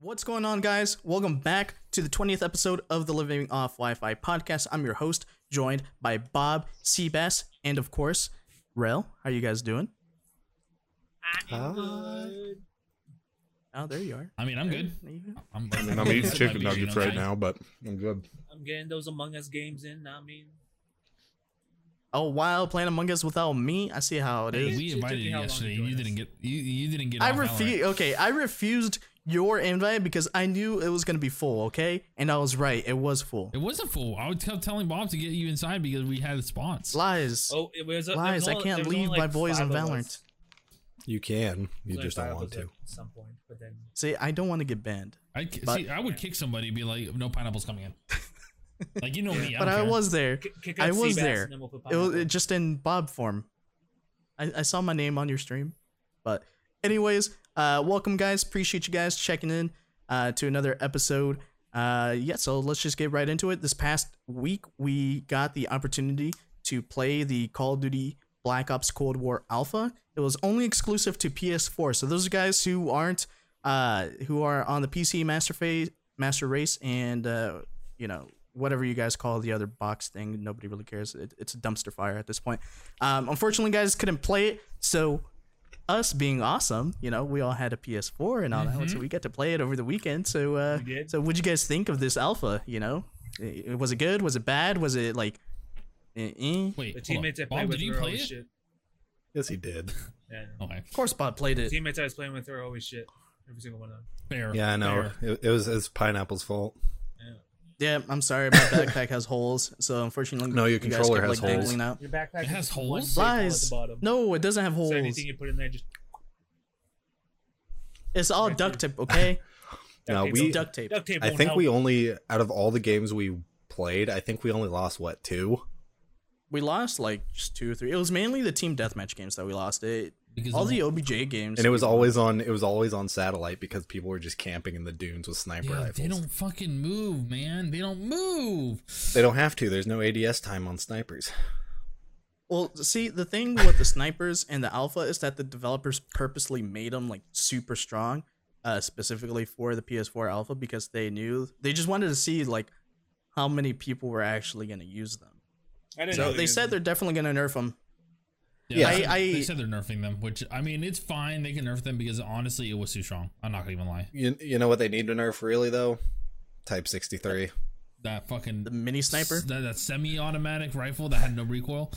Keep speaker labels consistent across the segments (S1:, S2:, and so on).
S1: What's going on, guys? Welcome back to the 20th episode of the Living Off Wi Fi podcast. I'm your host, joined by Bob Seabass and, of course, Rel. How you guys doing? Oh, there you are.
S2: I mean, I'm good.
S1: There you go.
S2: I'm,
S3: I mean, I'm eating
S2: my
S3: chicken
S2: vegan
S3: nuggets
S2: on
S3: right
S2: time.
S3: now, but I'm good.
S4: I'm getting those Among Us games in. I mean,
S1: Oh, wow. Playing Among Us without me? I see how it
S2: Hey,
S1: is.
S4: It
S2: we
S4: took
S2: invited
S4: you
S2: you
S4: how long to
S2: yesterday.
S4: join
S2: You
S4: us?
S2: didn't get. You, you didn't get.
S1: I
S2: on Valorant.
S1: refuse. Okay, I refused your invite because I knew it was going to be full, okay? And I was right. It was full.
S2: It wasn't full. I was t- telling Bob to get you inside because we had spots.
S1: Lies.
S4: oh, it was there was
S1: Lies. I
S4: only-
S1: can't
S4: there was
S1: leave
S4: only,
S1: my
S4: like,
S1: boys
S4: five
S1: on
S4: of us.
S1: Valorant.
S5: You
S4: There's
S5: can. You
S4: only
S5: just
S4: five
S5: don't
S4: of
S5: want
S4: us
S5: to.
S4: At some point, but then
S1: See, I don't want to get banned.
S2: I c-
S1: But-
S2: see. I would kick somebody and be like, "No pineapples coming in." like you know me. I
S1: but
S2: don't
S1: I
S2: care.
S1: was there.
S4: Kick- kick
S1: I
S4: out
S1: was
S4: Seabass
S1: there.
S4: and then we'll put
S1: It was
S4: pineapple.
S1: it just in Bob form. I, I saw my name on your stream, but anyways, uh, welcome guys. Appreciate you guys checking in uh, to another episode. Uh, yeah, so let's just get right into it. This past week, we got the opportunity to play the Call of Duty Black Ops Cold War Alpha. It was only exclusive to PS4, so those guys who aren't uh, who are on the PC Master Phase, Master Race, and uh, you know whatever you guys call the other box thing, nobody really cares. It, it's a dumpster fire at this point. Um, unfortunately, guys couldn't play it, so us being awesome, you know, we all had a PS4 and all that, so we got to play it over the weekend. So, uh,
S4: Mm-hmm. We did.
S1: so what'd you guys think of this alpha? You know, I- I- was it good? Was it bad? Was it like, eh, eh?
S2: Wait,
S4: the
S2: hold on.
S4: teammates I played
S2: Bob,
S4: with
S2: did you
S4: were
S2: play
S4: always
S2: it?
S4: shit.
S5: Yes, he did.
S4: Yeah,
S2: Okay,
S1: of course, Bob played
S4: the
S1: it.
S4: teammates I was playing with were always shit. Every single one of them.
S2: fair.
S5: Yeah, I know.
S2: fair.
S5: It, it was it's pineapple's fault.
S1: Yeah, I'm sorry, my backpack has holes, so unfortunately,
S5: No, your
S1: you guys
S5: controller
S1: kept,
S5: has
S1: like,
S5: holes.
S1: dangling Out.
S4: Your backpack
S2: It has
S4: is one
S2: holes?
S4: big hole At
S1: Lies.
S4: the bottom.
S1: No, it doesn't have holes.
S4: So anything you put in there, just
S1: It's all
S4: Right
S1: duct tape, okay?
S5: No,
S4: tape
S5: we-
S4: won't-
S1: duct tape.
S4: duct tape.
S5: I
S4: won't
S5: think
S4: help.
S5: we only out of all the games we played, I think we only lost what two.
S1: We lost like just two or three. It was mainly the team deathmatch games that we lost. It
S2: Because
S1: all
S2: of-
S1: the OBJ games,
S5: And it was always on. It was always on satellite because people were just camping in the dunes with sniper
S2: Yeah,
S5: rifles.
S2: they don't fucking move, man. They don't move.
S5: have to. There's no ADS time on snipers.
S1: Well, see, the thing with the snipers and the alpha is that the developers purposely made them like super strong, uh, specifically for the PS4 alpha because they knew they just wanted to see like how many people were actually going to use them.
S4: I didn't know
S1: So
S4: they
S1: they
S4: did
S1: said
S4: that.
S1: they're definitely going to nerf them.
S5: Yeah.
S2: they said-
S1: I- I-
S2: they said they're nerfing them, which I mean, it's fine. They can nerf them because honestly, it was too strong. I'm not gonna even lie.
S5: You, you know what they need to nerf really though? Type sixty three.
S2: That fucking
S1: The mini sniper,
S2: That, that semi-automatic rifle that had no recoil.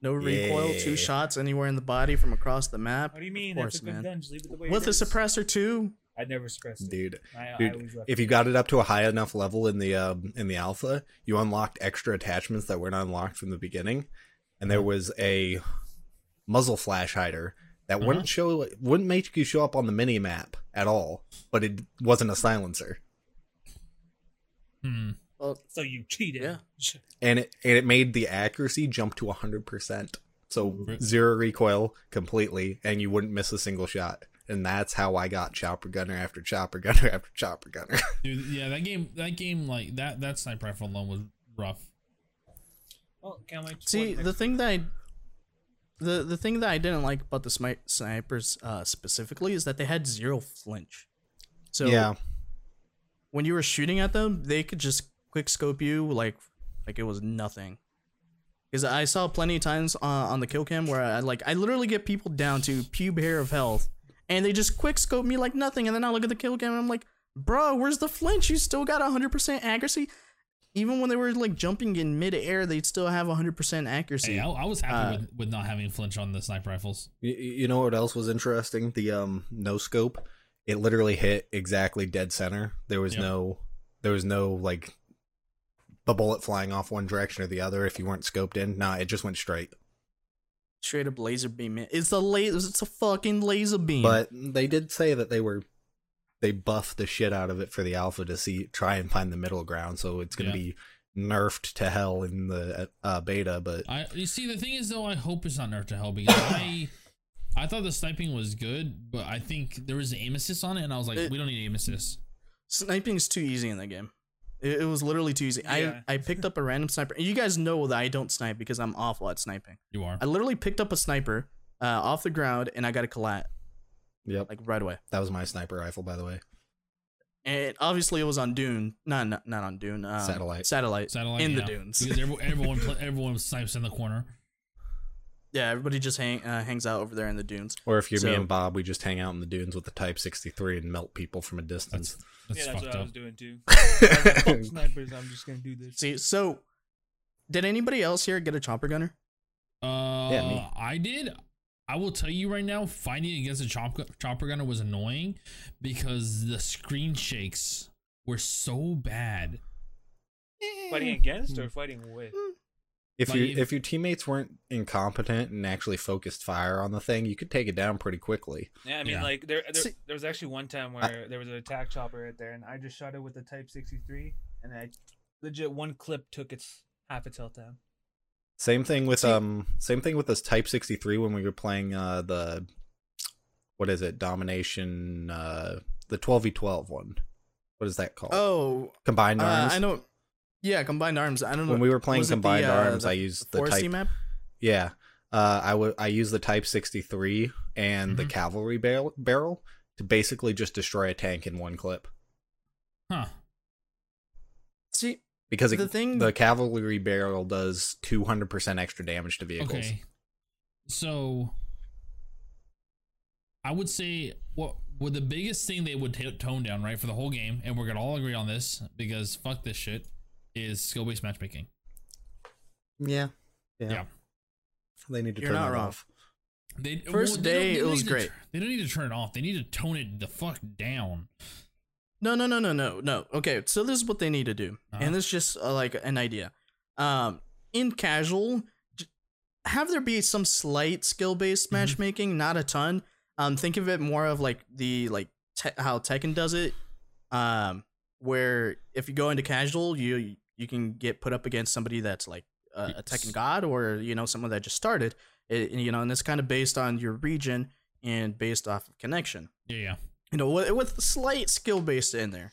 S1: no recoil, two
S5: Yeah.
S1: shots anywhere in the body from across the map.
S4: What do you mean?
S1: Of
S4: That's
S1: course,
S4: a good
S1: man.
S4: gun. Just leave it the way
S1: With
S4: it
S1: a
S4: is.
S1: suppressor too.
S4: I never suppressed it.
S5: dude.
S4: I, I
S5: Dude,
S4: always left
S5: if you got it up to a high enough level in the um, in the alpha, you unlocked extra attachments that weren't unlocked from the beginning, and there was a muzzle flash hider that
S2: Uh-huh.
S5: wouldn't show wouldn't make you show up on the mini map at all, but it wasn't a silencer,
S2: Hmm.
S4: So you cheated.
S1: Yeah.
S5: and it and it made the accuracy jump to hundred percent, so
S2: Right.
S5: zero recoil completely, and you wouldn't miss a single shot. And that's how I got chopper gunner after chopper gunner after chopper gunner.
S2: Dude, yeah, that game, that game, like that, that sniper rifle alone was rough.
S4: Well, can't wait. for
S1: See,
S4: next
S1: the thing that I the the thing that I didn't like about the smi- snipers uh, specifically is that they had zero flinch. So
S5: yeah,
S1: when you were shooting at them, they could just quick scope you like like it was nothing. Because I saw plenty of times uh, on the kill cam where I like I literally get people down to pube hair of health, and they just quick scope me like nothing, and then I look at the kill cam and I'm like, bro, where's the flinch? You still got 100% accuracy. Even when they were like jumping in midair, they'd still have 100% accuracy.
S2: Hey, I, I was happy
S1: uh,
S2: with, with not having flinch on the sniper rifles.
S5: You, you know what else was interesting? The um no scope. It literally hit exactly dead center. There was
S2: Yeah.
S5: no there was no like the bullet flying off one direction or the other if you weren't scoped in. Nah, it just went straight.
S1: Straight up laser beam. man. It's a laser. It's a fucking laser beam.
S5: But they did say that they were they buffed the shit out of it for the alpha to see try and find the middle ground. So it's gonna
S2: Yeah.
S5: be nerfed to hell in the uh, beta. But
S2: I, you see, the thing is though, I hope it's not nerf to hell because I, I thought the sniping was good, but I think there was aim assist on it, and I was like,
S1: It-
S2: we don't need aim assist.
S1: sniping's too easy in that game. It, it was literally too easy.
S4: Yeah.
S1: I I picked up a random sniper. You guys know that I don't snipe because I'm awful at sniping.
S2: You are.
S1: I literally picked up a sniper uh, off the ground and I got a collat
S5: yep,
S1: like right away.
S5: that was my sniper rifle by the way.
S1: and obviously it was on Dune. No, no not on Dune. Um,
S5: Satellite.
S1: Satellite.
S2: Satellite
S1: In the
S2: yeah.
S1: dunes.
S2: because every- everyone pla everyone snipes in the corner.
S1: Yeah, everybody just hang, uh, hangs out over there in the dunes.
S5: Or if you're me
S1: So-
S5: and Bob, we just hang out in the dunes with the Type 63 and melt people from a distance.
S2: That's that's
S4: yeah, that's
S2: fucked
S4: what I
S2: up.
S4: was doing too. I was like, "Fuck snipers, I'm just gonna do this.
S1: See, so did anybody else here get a chopper gunner?
S2: Uh,
S5: Yeah, me.
S2: I did. I will tell you right now, fighting against a chop- chopper gunner was annoying because the screen shakes were so bad.
S4: Fighting against
S1: Hmm.
S4: or fighting with?
S5: If
S2: Like,
S5: you
S2: if-
S5: if your teammates weren't incompetent and actually focused fire on the thing, you could take it down pretty quickly.
S4: Yeah, I mean,
S2: Yeah.
S4: like there, there,
S1: See-
S4: there was actually one time where there was an attack chopper right there, and I just shot it with the Type 63, and I legit one clip took its half its health down.
S5: Same thing with um same thing with this Type 63 when we were playing uh the what is it? Domination uh the 12v12 one. What is that called?
S1: Oh,
S5: Combined
S1: uh,
S5: arms.
S1: I know. Yeah, combined arms. I don't know.
S5: when we were playing
S1: was it the,
S5: combined
S1: uh,
S5: arms,
S1: the
S5: I used the
S1: foresty
S5: type
S1: map.
S5: Yeah. Uh, I would I use the Type 63 and the
S1: Mm-hmm.
S2: Mhm.
S5: cavalry barrel barrel to basically just destroy a tank in one clip
S2: Huh.
S1: See,
S5: because it,
S1: The
S5: the
S1: thing-
S5: cavalry barrel does 200% extra damage to vehicles.
S2: Okay. So I would say what well, the biggest thing they would t- tone down, right, for the whole game, and we're gonna all agree on this because fuck this shit, is skill based matchmaking.
S5: Yeah. yeah.
S2: Yeah.
S5: They need to
S1: You're
S5: turn
S1: not
S5: that
S1: wrong.
S5: off.
S2: They
S1: First
S2: they don't-
S1: day,
S2: they
S1: it
S2: don't
S1: was
S2: need to
S1: great.
S2: tr- they don't need to turn it off. They need to tone it the fuck down.
S1: No, no, no, no, no, no. Okay, so this is what they need to do,
S2: Uh-huh.
S1: and this is just uh, like an idea. Um, in casual, j- have there be some slight skill based
S2: Mhm.
S1: matchmaking, not a ton. Um, think of it more of like the like te- how Tekken does it, um, where if you go into casual, you you can get put up against somebody that's like a, a Tekken
S2: Yes.
S1: god or you know someone that just started, it, you know, and it's kind of based on your region and based off of connection
S2: Yeah, yeah.
S1: you know, with, with slight skill based in there.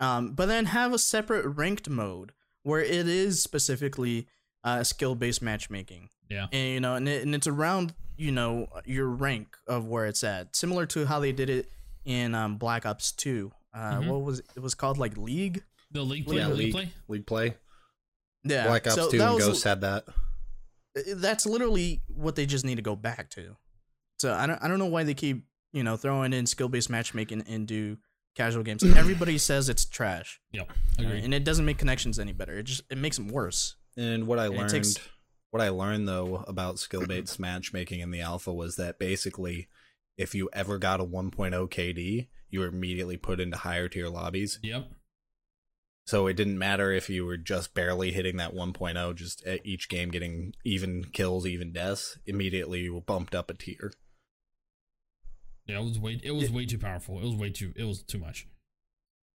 S1: Um, but then have a separate ranked mode where it is specifically uh, skill based matchmaking.
S2: Yeah.
S1: And, you know, and, it, and it's around, you know, your rank of where it's at, similar to how they did it in um, Black Ops 2. Uh,
S2: Mhm.
S1: What was it? It was called like League?
S2: The league play,
S1: Yeah,
S2: league
S5: league.
S2: play.
S5: League play.
S1: Yeah.
S5: Black Ops
S1: so
S5: 2
S1: that
S5: and
S1: was-
S5: Ghost had that.
S1: that's literally what they just need to go back to. So I don't I don't know why they keep you know throwing in skill based matchmaking into casual games. Everybody says it's trash,
S2: Agreed.
S1: and it doesn't make connections any better. It just it makes them worse.
S5: And what I
S1: And it
S5: learned,
S1: takes-
S5: what I learned though about skill based matchmaking in the alpha was that basically, if you ever got a 1.0 KD, you were immediately put into higher tier lobbies.
S2: Yep.
S5: So it didn't matter if you were just barely hitting that 1.0, just at each game getting even kills, even deaths. Immediately you were bumped up a tier.
S2: Yeah, it was way it was way too powerful. It was way too it was too much.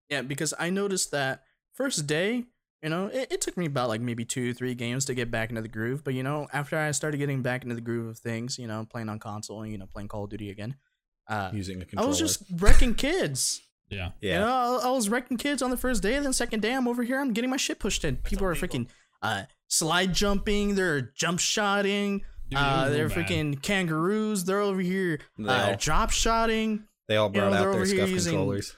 S1: Yeah, because I noticed that first day, you know, it, it took me about like maybe two three games to get back into the groove. But you know, after I started getting back into the groove of things, you know, playing on console and you know playing Call of Duty again, uh,
S5: Using a
S1: I
S5: controller.
S1: was just wrecking kids.
S2: Yeah.
S1: You
S5: yeah.
S1: know, I, I was wrecking kids on the first day, then second day I'm over here, I'm getting my shit pushed in. People are
S4: illegal.
S1: freaking uh, slide jumping, they're jump shotting,
S2: Dude, it was
S1: uh,
S2: real
S1: they're
S2: bad.
S1: freaking kangaroos, they're over here
S5: They
S1: uh,
S5: all-
S1: drop shotting.
S5: They all
S1: you know,
S5: brought
S1: they're
S5: out
S1: over
S5: their
S1: here
S5: scuff
S1: using-
S5: controllers.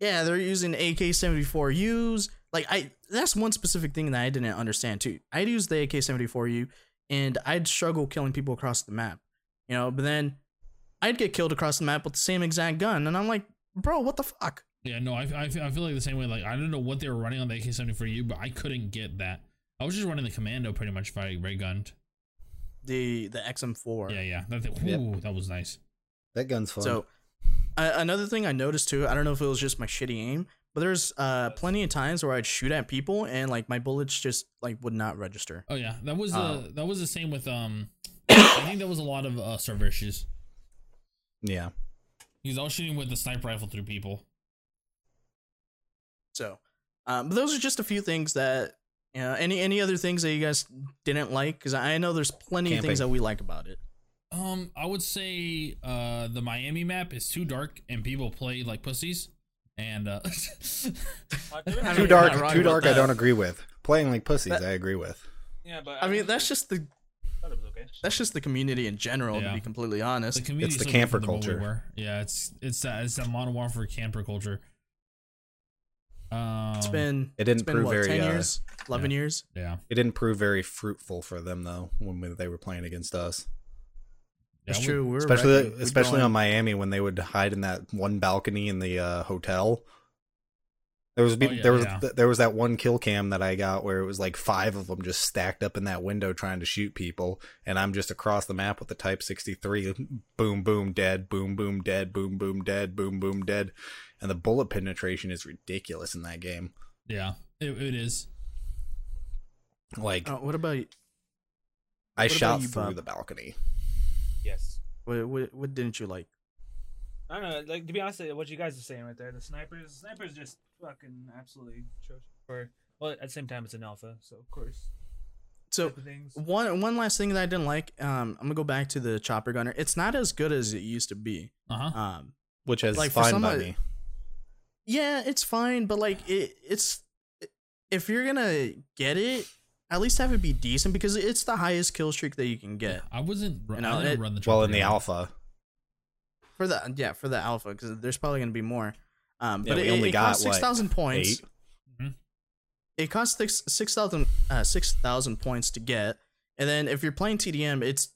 S1: Yeah, they're using AK 74Us. Like, I that's one specific thing that I didn't understand too. I'd use the AK 74U and I'd struggle killing people across the map, you know, but then I'd get killed across the map with the same exact gun, and I'm like, bro, what the fuck?
S2: Yeah, no, I, I, feel- I feel like the same way. Like, I don't know what they were running on the AK 70 for you, but I couldn't get that. I was just running the commando pretty much if I ray gunned.
S1: The the XM4.
S2: Yeah, yeah. That, thing,
S5: Yep.
S2: ooh, that was nice.
S5: That gun's fun.
S1: So, uh, another thing I noticed too, I don't know if it was just my shitty aim, but there's uh, plenty of times where I'd shoot at people and like my bullets just like would not register.
S2: Oh, yeah. That was, uh,
S1: Um,
S2: that was the same with, um, I think that was a lot of uh, server issues.
S5: yeah.
S2: Because I was shooting with the sniper rifle through people.
S1: So, um, but those are just a few things that you know. Any any other things that you guys didn't like? Because I know there's plenty of things
S5: Camping.
S1: that we like about it.
S2: Um, I would say, uh, the Miami map is too dark and people play like pussies. And, uh,
S1: I
S5: Too
S1: mean,
S5: dark.
S1: you're not wrong
S5: Too
S1: about
S5: dark. I
S1: that.
S5: don't agree with. Playing like pussies.
S1: That-
S5: I agree with.
S4: Yeah, but
S1: I mean, that's just the
S4: thought it was okay.
S1: that's just the community in general.
S2: Yeah.
S1: To be completely honest,
S2: the community
S5: It's
S2: is
S5: the
S2: so different
S5: camper
S2: than what we
S5: culture.
S2: were. Yeah, it's, it's that, it's that modern warfare camper culture. Um,
S1: It's been
S5: It didn't
S1: it's been
S5: prove
S1: what
S5: very,
S1: ten
S5: uh,
S1: years, eleven years.
S2: yeah.
S5: It didn't prove very fruitful for them though when we, they were playing against us,
S1: That's
S2: Yeah, we-
S1: true. We We're
S5: especially
S1: wrecking. We'd
S5: especially
S1: go
S5: on Miami when they would hide in that one balcony in the uh, hotel. There was be
S2: Oh, yeah,
S5: there was
S2: yeah.
S5: th- there was that one kill cam that I got where it was like five of them just stacked up in that window trying to shoot people, and I'm just across the map with the Type 63, boom boom dead, boom boom dead, boom boom dead, boom boom dead, and the bullet penetration is ridiculous in that game.
S2: Yeah, it, it is.
S5: Like
S1: Uh, what about you?
S5: I
S1: what about
S5: shot
S1: you,
S5: through
S1: Bob?
S5: the balcony.
S4: Yes.
S1: What, what, what didn't you like?
S4: I don't know. Like to be honest, what you guys are saying right there, the snipers, snipers just fucking absolutely atrocious. For well, at the same time, it's an alpha, so of course.
S1: So
S4: type of things.
S1: one one last thing that I didn't like. Um, I'm gonna go back to the chopper gunner. It's not as good as it used to be.
S2: Uh huh.
S1: Um,
S5: which is
S1: Like, for
S5: fine by
S1: somebody-
S5: me.
S1: yeah, it's fine, but like it, it's if you're gonna get it, at least have it be decent because it's the highest kill streak that you can get
S2: I wasn't. ru-
S1: You know,
S2: I didn't
S1: it-
S2: run the
S5: Well, in the
S2: Trump
S5: alpha,
S1: for the yeah for the alpha because there's probably gonna be more. Um,
S5: Yeah,
S1: but
S5: we
S1: it,
S5: only
S1: it
S5: got,
S1: costs
S5: what,
S1: six thousand points.
S5: eight. Mm-hmm.
S1: it costs six six thousand uh, six thousand points to get, and then if you're playing TDM, it's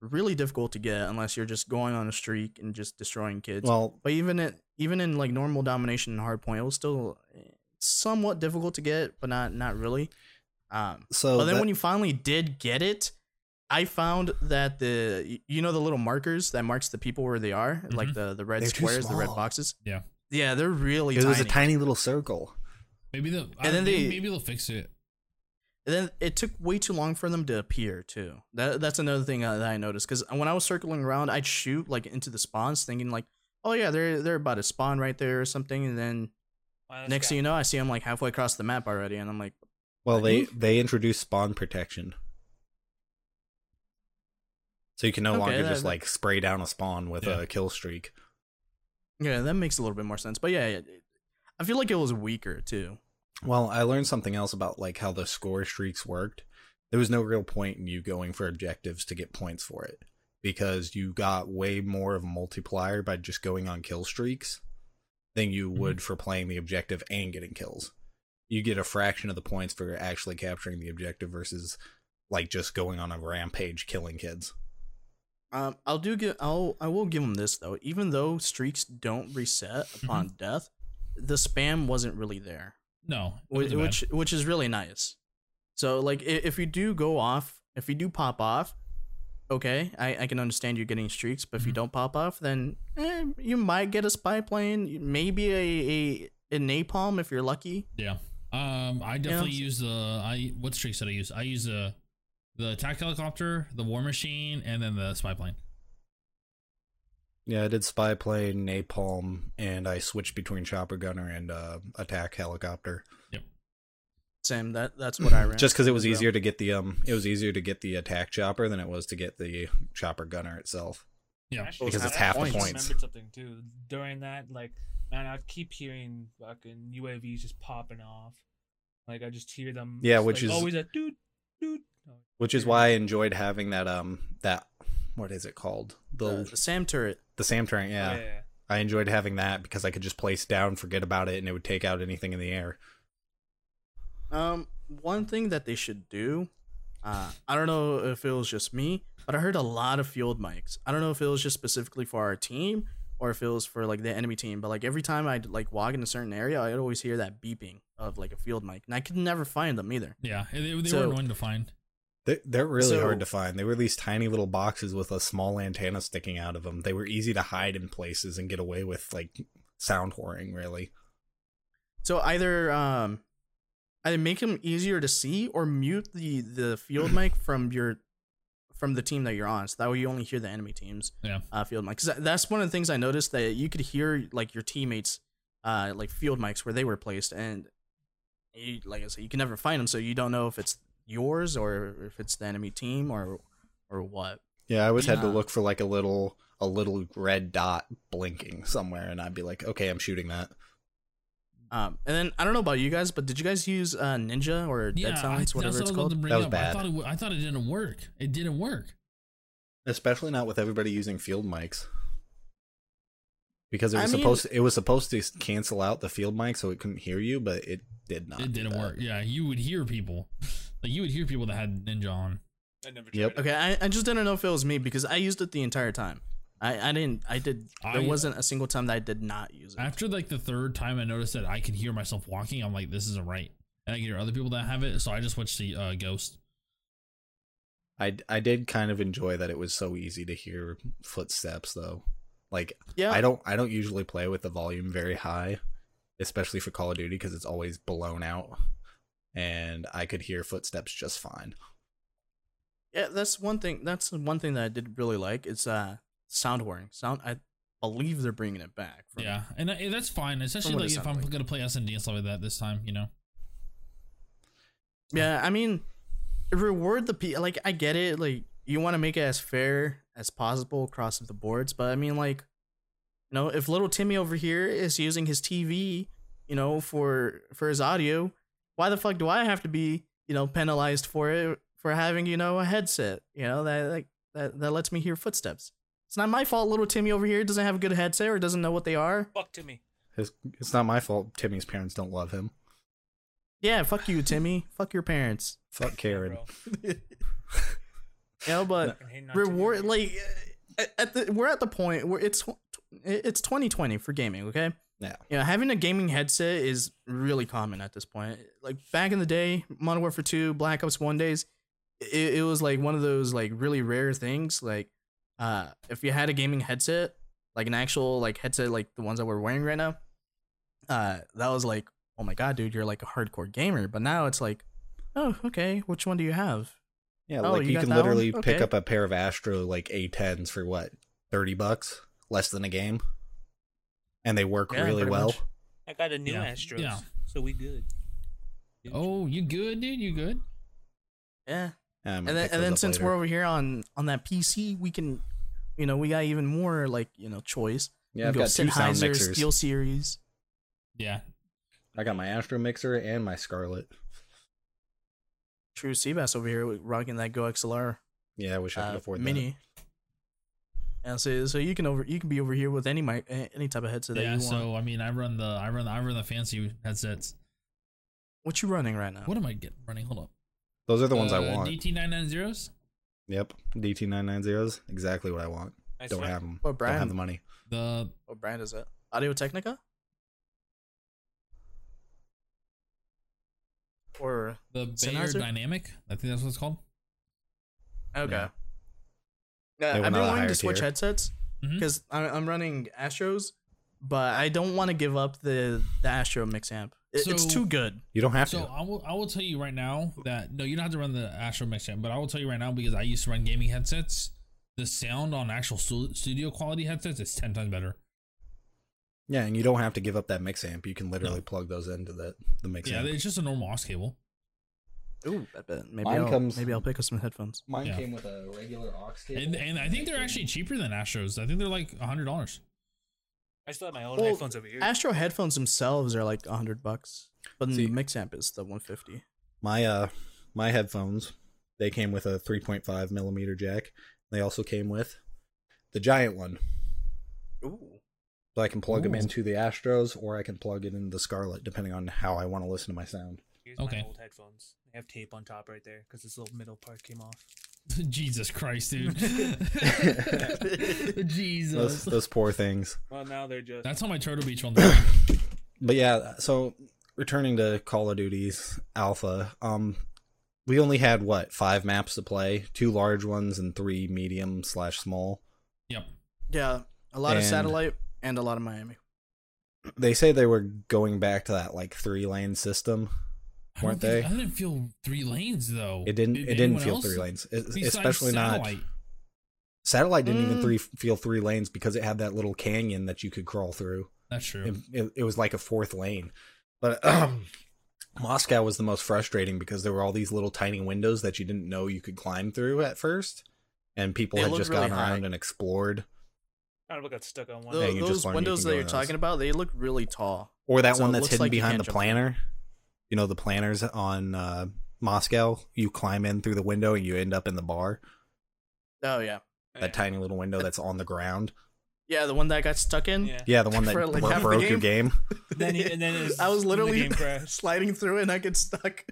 S1: really difficult to get unless you're just going on a streak and just destroying kids.
S5: Well,
S1: but even it even in like normal domination and hardpoint, it was still eh, somewhat difficult to get, but not not really. Um,
S5: so
S1: but then
S5: that-
S1: when you finally did get it, I found that the y- you know the little markers that marks the people where they are, like the the red
S5: They're too
S1: squares, the red
S5: small.
S1: boxes.
S2: Yeah.
S1: yeah, they're really.
S5: it was a
S1: tiny.
S5: tiny little circle.
S2: Maybe the and
S1: then
S2: then
S1: they-
S2: they, maybe they'll fix it.
S1: And then it took way too long for them to appear too. That that's another thing uh, that I noticed because when I was circling around, I'd shoot like into the spawns, thinking like, "Oh yeah, they're they're about to spawn right there or something." And then
S4: Wireless
S1: next thing
S4: guy.
S1: you know, I see them like halfway across the map already, and I'm like,
S5: Well, they
S1: Mhm.
S5: they introduced spawn protection, so you can no
S1: Okay,
S5: longer
S1: that-
S5: just like spray down a spawn with
S2: Yeah.
S5: a kill streak.
S1: "Yeah, that makes a little bit more sense." But yeah, it, it- I feel like it was weaker too.
S5: Well, I learned something else about like how the score streaks worked. There was no real point in you going for objectives to get points for it because you got way more of a multiplier by just going on kill streaks than you
S1: Mm-hmm.
S5: would for playing the objective and getting kills. You get a fraction of the points for actually capturing the objective versus like just going on a rampage killing kids.
S1: Um, I'll do give I'll I will give them this though. Even though streaks don't reset
S2: Mm-hmm.
S1: upon death, the spam wasn't really there.
S2: No, it
S1: which
S2: wasn't bad.
S1: which, which is really nice. So like i- if you do go off, if you do pop off, okay, I, I can understand you getting streaks. But if you
S2: Mhm.
S1: don't pop off, then eh, you might get a spy plane, maybe a a, a napalm if you're lucky.
S2: yeah. Um, I definitely
S1: it's-
S2: use the I what streaks did I use? I use the the attack helicopter, the war machine, and then the spy plane.
S5: Yeah, I did spy plane, napalm, and I switched between chopper gunner and uh, attack helicopter.
S1: Sam, that that's what I ran.
S5: Just because it was
S1: as well.
S5: easier to get the um, it was easier to get the attack chopper than it was to get the chopper gunner itself.
S2: Yeah,
S4: Actually,
S1: because
S4: I-
S1: it's half the
S4: I just
S1: points.
S4: remembered something too during that. Like, man, I keep hearing fucking UAVs just popping off. Like I just hear them.
S5: Yeah,
S4: just,
S5: which
S4: like,
S5: is-
S4: always a dude, dude.
S5: Which is why I enjoyed having that um, that what is it called
S1: the,
S5: the
S1: the Sam turret.
S5: the Sam turret.
S4: Oh,
S5: Yeah, I enjoyed having that because I could just place down, forget about it, and it would take out anything in the air.
S1: Um, one thing that they should do, uh, I don't know if it was just me, but I heard a lot of field mics. I don't know if it was just specifically for our team or if it was for like the enemy team, but like every time I'd like walk in a certain area, I'd always hear that beeping of like a field mic, and I could never find them either.
S2: yeah. They, they
S1: So-
S2: were annoying to find.
S5: They're, they're really
S1: So-
S5: hard to find. They were these tiny little boxes with a small antenna sticking out of them. They were easy to hide in places and get away with like sound whoring, really.
S1: So either um, either make them easier to see or mute the the field mic from your from the team that you're on, so that way you only hear the enemy teams.
S2: Yeah.
S1: uh, field mic. Because that's one of the things I noticed that you could hear like your teammates, uh, like field mics where they were placed, and you, like I said, you can never find them, so you don't know if it's yours or if it's the enemy team or or what.
S5: Yeah, I always had to
S1: Yeah.
S5: look for like a little a little red dot blinking somewhere and I'd be like, "Okay, I'm shooting that."
S1: Um, and then I don't know about you guys, but did you guys use uh, Ninja or Dead
S2: Yeah, I,
S1: Silence,
S2: that's what I
S1: whatever
S2: was
S1: it's
S2: about to
S1: called?
S2: bring
S5: That was
S2: up. I
S5: bad.
S2: thought it. w- I thought it didn't work. It didn't work.
S5: Especially not with everybody using field mics. because it
S1: I
S5: was
S1: mean-
S5: supposed to, it was supposed to cancel out the field mic so it couldn't hear you, but it did not.
S2: it
S5: do
S2: didn't
S5: that.
S2: work. Yeah, you would hear people. Like you would hear people that had Ninja on.
S3: I never tried
S5: Yep.
S3: it.
S1: Okay, I, I just didn't know if it was me because I used it the entire time. I, I didn't I did there
S2: I-
S1: wasn't a single time that I did not use it.
S2: After like the third time, I noticed that I could hear myself walking. I'm like, this isn't right. And I can hear other people that have it, so I just switched to uh, Ghost.
S5: I I did kind of enjoy that it was so easy to hear footsteps though. Like
S1: yeah.
S5: I don't I don't usually play with the volume very high, especially for Call of Duty because it's always blown out, and I could hear footsteps just fine.
S1: yeah, that's one thing that's the one thing that I did really like is uh sound warning. Sound I believe they're bringing it back. from-
S2: Yeah, and, I, and that's fine, especially
S1: what
S2: like
S1: it
S2: if I'm
S1: sounded like.
S2: gonna play SND and stuff like that this time. You know,
S1: Yeah, I mean reward the people like I get it, like you want to make it as fair as possible across the boards, but I mean like you know, if little Timmy over here is using his TV, you know, for for his audio, why the fuck do I have to be, you know, penalized for it for having, you know, a headset, you know, that like that that lets me hear footsteps. It's not my fault little Timmy over here doesn't have a good headset or doesn't know what they are.
S4: Fuck to me.
S5: It's, it's not my fault. Timmy's parents don't love him.
S1: Yeah, fuck you, Timmy. fuck your parents.
S5: Fuck Karen.
S4: Bro.
S1: You know, but
S4: Fucking hate not to be
S1: reward
S4: here.
S1: like uh, at the we're at the point where it's tw- it's 2020 for gaming okay
S5: Yeah.
S1: you know having a gaming headset is really common at this point like back in the day modern warfare 2 black ops 1 days it, it was like one of those like really rare things like uh if you had a gaming headset like an actual like headset like the ones that we're wearing right now uh that was like oh my god dude you're like a hardcore gamer but now it's like oh okay which one do you have
S5: Yeah,
S1: Oh,
S5: like
S1: you
S5: you,
S1: got
S5: can
S1: that
S5: literally
S1: one?
S5: pick
S1: Okay.
S5: up a pair of Astro like A10s for what thirty bucks, less than a game, and they work
S1: Yeah,
S5: really
S1: pretty
S5: well.
S1: much.
S4: I got a new
S2: Yeah.
S4: Astros,
S2: Yeah.
S4: so we good.
S2: oh, you good, dude? You good?
S1: yeah
S5: Yeah, I'm
S1: and
S5: gonna
S1: then,
S5: pick
S1: and
S5: those
S1: then
S5: up
S1: since
S5: later.
S1: we're over here on on that PC, we can, you know, we got even more like you know choice.
S5: yeah,
S1: We
S5: I've
S1: go
S5: got two sound
S1: Sennheiser,
S5: mixers.
S1: Steel Series.
S2: Yeah,
S5: I got my Astro mixer and my Scarlet.
S1: True Seabass over here rocking that Go XLR
S5: Yeah, I wish I could
S1: uh,
S5: afford that.
S1: mini. And so, so you can over you can be over here with any mic, a- any type of headset that
S2: yeah.
S1: you want.
S2: So I mean, I run the I run the, I run the fancy headsets.
S1: what you running right now?
S2: What am I getting running? Hold up.
S5: Those are Oh. the ones I
S2: Uh,
S5: want.
S2: DT nine nine zeros.
S5: Yep, DT nine nine zeros, exactly what I want.
S4: Nice
S5: Don't
S4: one.
S5: have them.
S1: Well,
S5: Don't have
S1: Brian-
S5: the money.
S2: The
S1: What brand is it? Audio Technica. Or
S2: the Bayer
S1: Sennheiser?
S2: Dynamic. I think that's what it's called.
S1: okay.
S5: Yeah.
S1: Uh,
S5: They went
S1: I've
S5: on
S1: been
S5: a
S1: wanting
S5: higher
S1: to switch
S5: tier.
S1: headsets.
S4: Mm-hmm.
S2: Mhm.
S1: because I'm running Astros, but I don't want to give up the the Astro mix amp. It- it's
S2: So-
S1: too good.
S5: You don't have
S2: So uh,
S5: to.
S2: I will I will tell you right now that no, you don't have to run the Astro Mix yet, but I will tell you right now because I used to run gaming headsets. The sound on actual stu- studio quality headsets is ten times better.
S5: Yeah, and you don't have to give up that mix amp. You can literally plug those into the the mix
S2: yeah,
S5: amp.
S2: it's just a normal aux cable.
S1: Ooh, I bet. Maybe
S5: Mine
S1: I'll
S5: comes-
S1: maybe I'll pick up some headphones.
S5: Mine
S2: Yeah.
S5: with a regular aux
S2: And and I think they're actually cheaper than Astros. I think they're like hundred dollars.
S4: I still have my old
S1: Well,
S4: headphones over here.
S1: Astro headphones themselves are like hundred bucks, but
S5: See-
S1: the mix amp is the one fifty.
S5: my uh my headphones they came with a 3.5 millimeter jack. They also came with the giant one,
S1: Ooh,
S5: so I can plug them
S2: Ooh.
S5: into the Astros or I can plug it into the Scarlet, depending on how I want to listen to my sound.
S4: Here's
S2: Okay.
S4: my old headphones. They have tape on top right there because this little middle part came off.
S2: Jesus Christ, dude.
S5: Those
S2: Jesus.
S5: those poor things.
S4: Well, now they're just.
S2: That's how my Turtle Beach one. did.
S5: But yeah, so returning to Call of Duty's alpha, um, we only had what five maps to play: two large ones and three medium slash small.
S2: yep.
S1: yeah, a lot of
S5: And-
S1: satellite and a lot of Miami.
S5: They say they were going back to that like three lane system.
S2: I don't
S5: Weren't
S2: think-
S5: they?
S2: I didn't feel three lanes though.
S5: It didn't.
S2: Did
S5: it didn't
S2: anyone
S5: feel
S2: else?
S5: three lanes, es-
S2: Besides
S5: especially not
S2: Satellite.
S5: satellite. Didn't even
S1: Mm.
S5: three feel three lanes because it had that little canyon that you could crawl through.
S2: That's true.
S5: It, it, it was like a fourth lane. But um, Moscow was the most frustrating because there were all these little tiny windows that you didn't know you could climb through at first, and people
S1: They
S5: had
S1: looked
S5: just
S1: really
S5: gone
S1: high.
S5: around and explored.
S4: I don't know if I got stuck on one.
S1: Tho-
S5: Yeah,
S1: Those,
S5: you just learn you
S1: windows
S5: can go
S1: that you're
S5: in those.
S1: talking about, they look really tall.
S5: Or that
S1: So
S5: one
S1: it
S5: that's
S1: looks
S5: hidden
S1: like you
S5: behind
S1: can't
S5: the
S1: jump in.
S5: planner. You know the planners on uh, Moscow. You climb in through the window and you end up in the bar.
S1: Oh yeah,
S5: That tiny little window that's on the ground.
S1: Yeah, the one that I got stuck in.
S4: Yeah.
S5: Yeah, the one that
S1: For, like,
S5: bro-
S1: half the
S5: broke
S1: game?
S5: your game.
S4: Then he, and then his,
S1: I was
S4: the
S1: literally
S4: game crashed.
S1: sliding through it and I get stuck.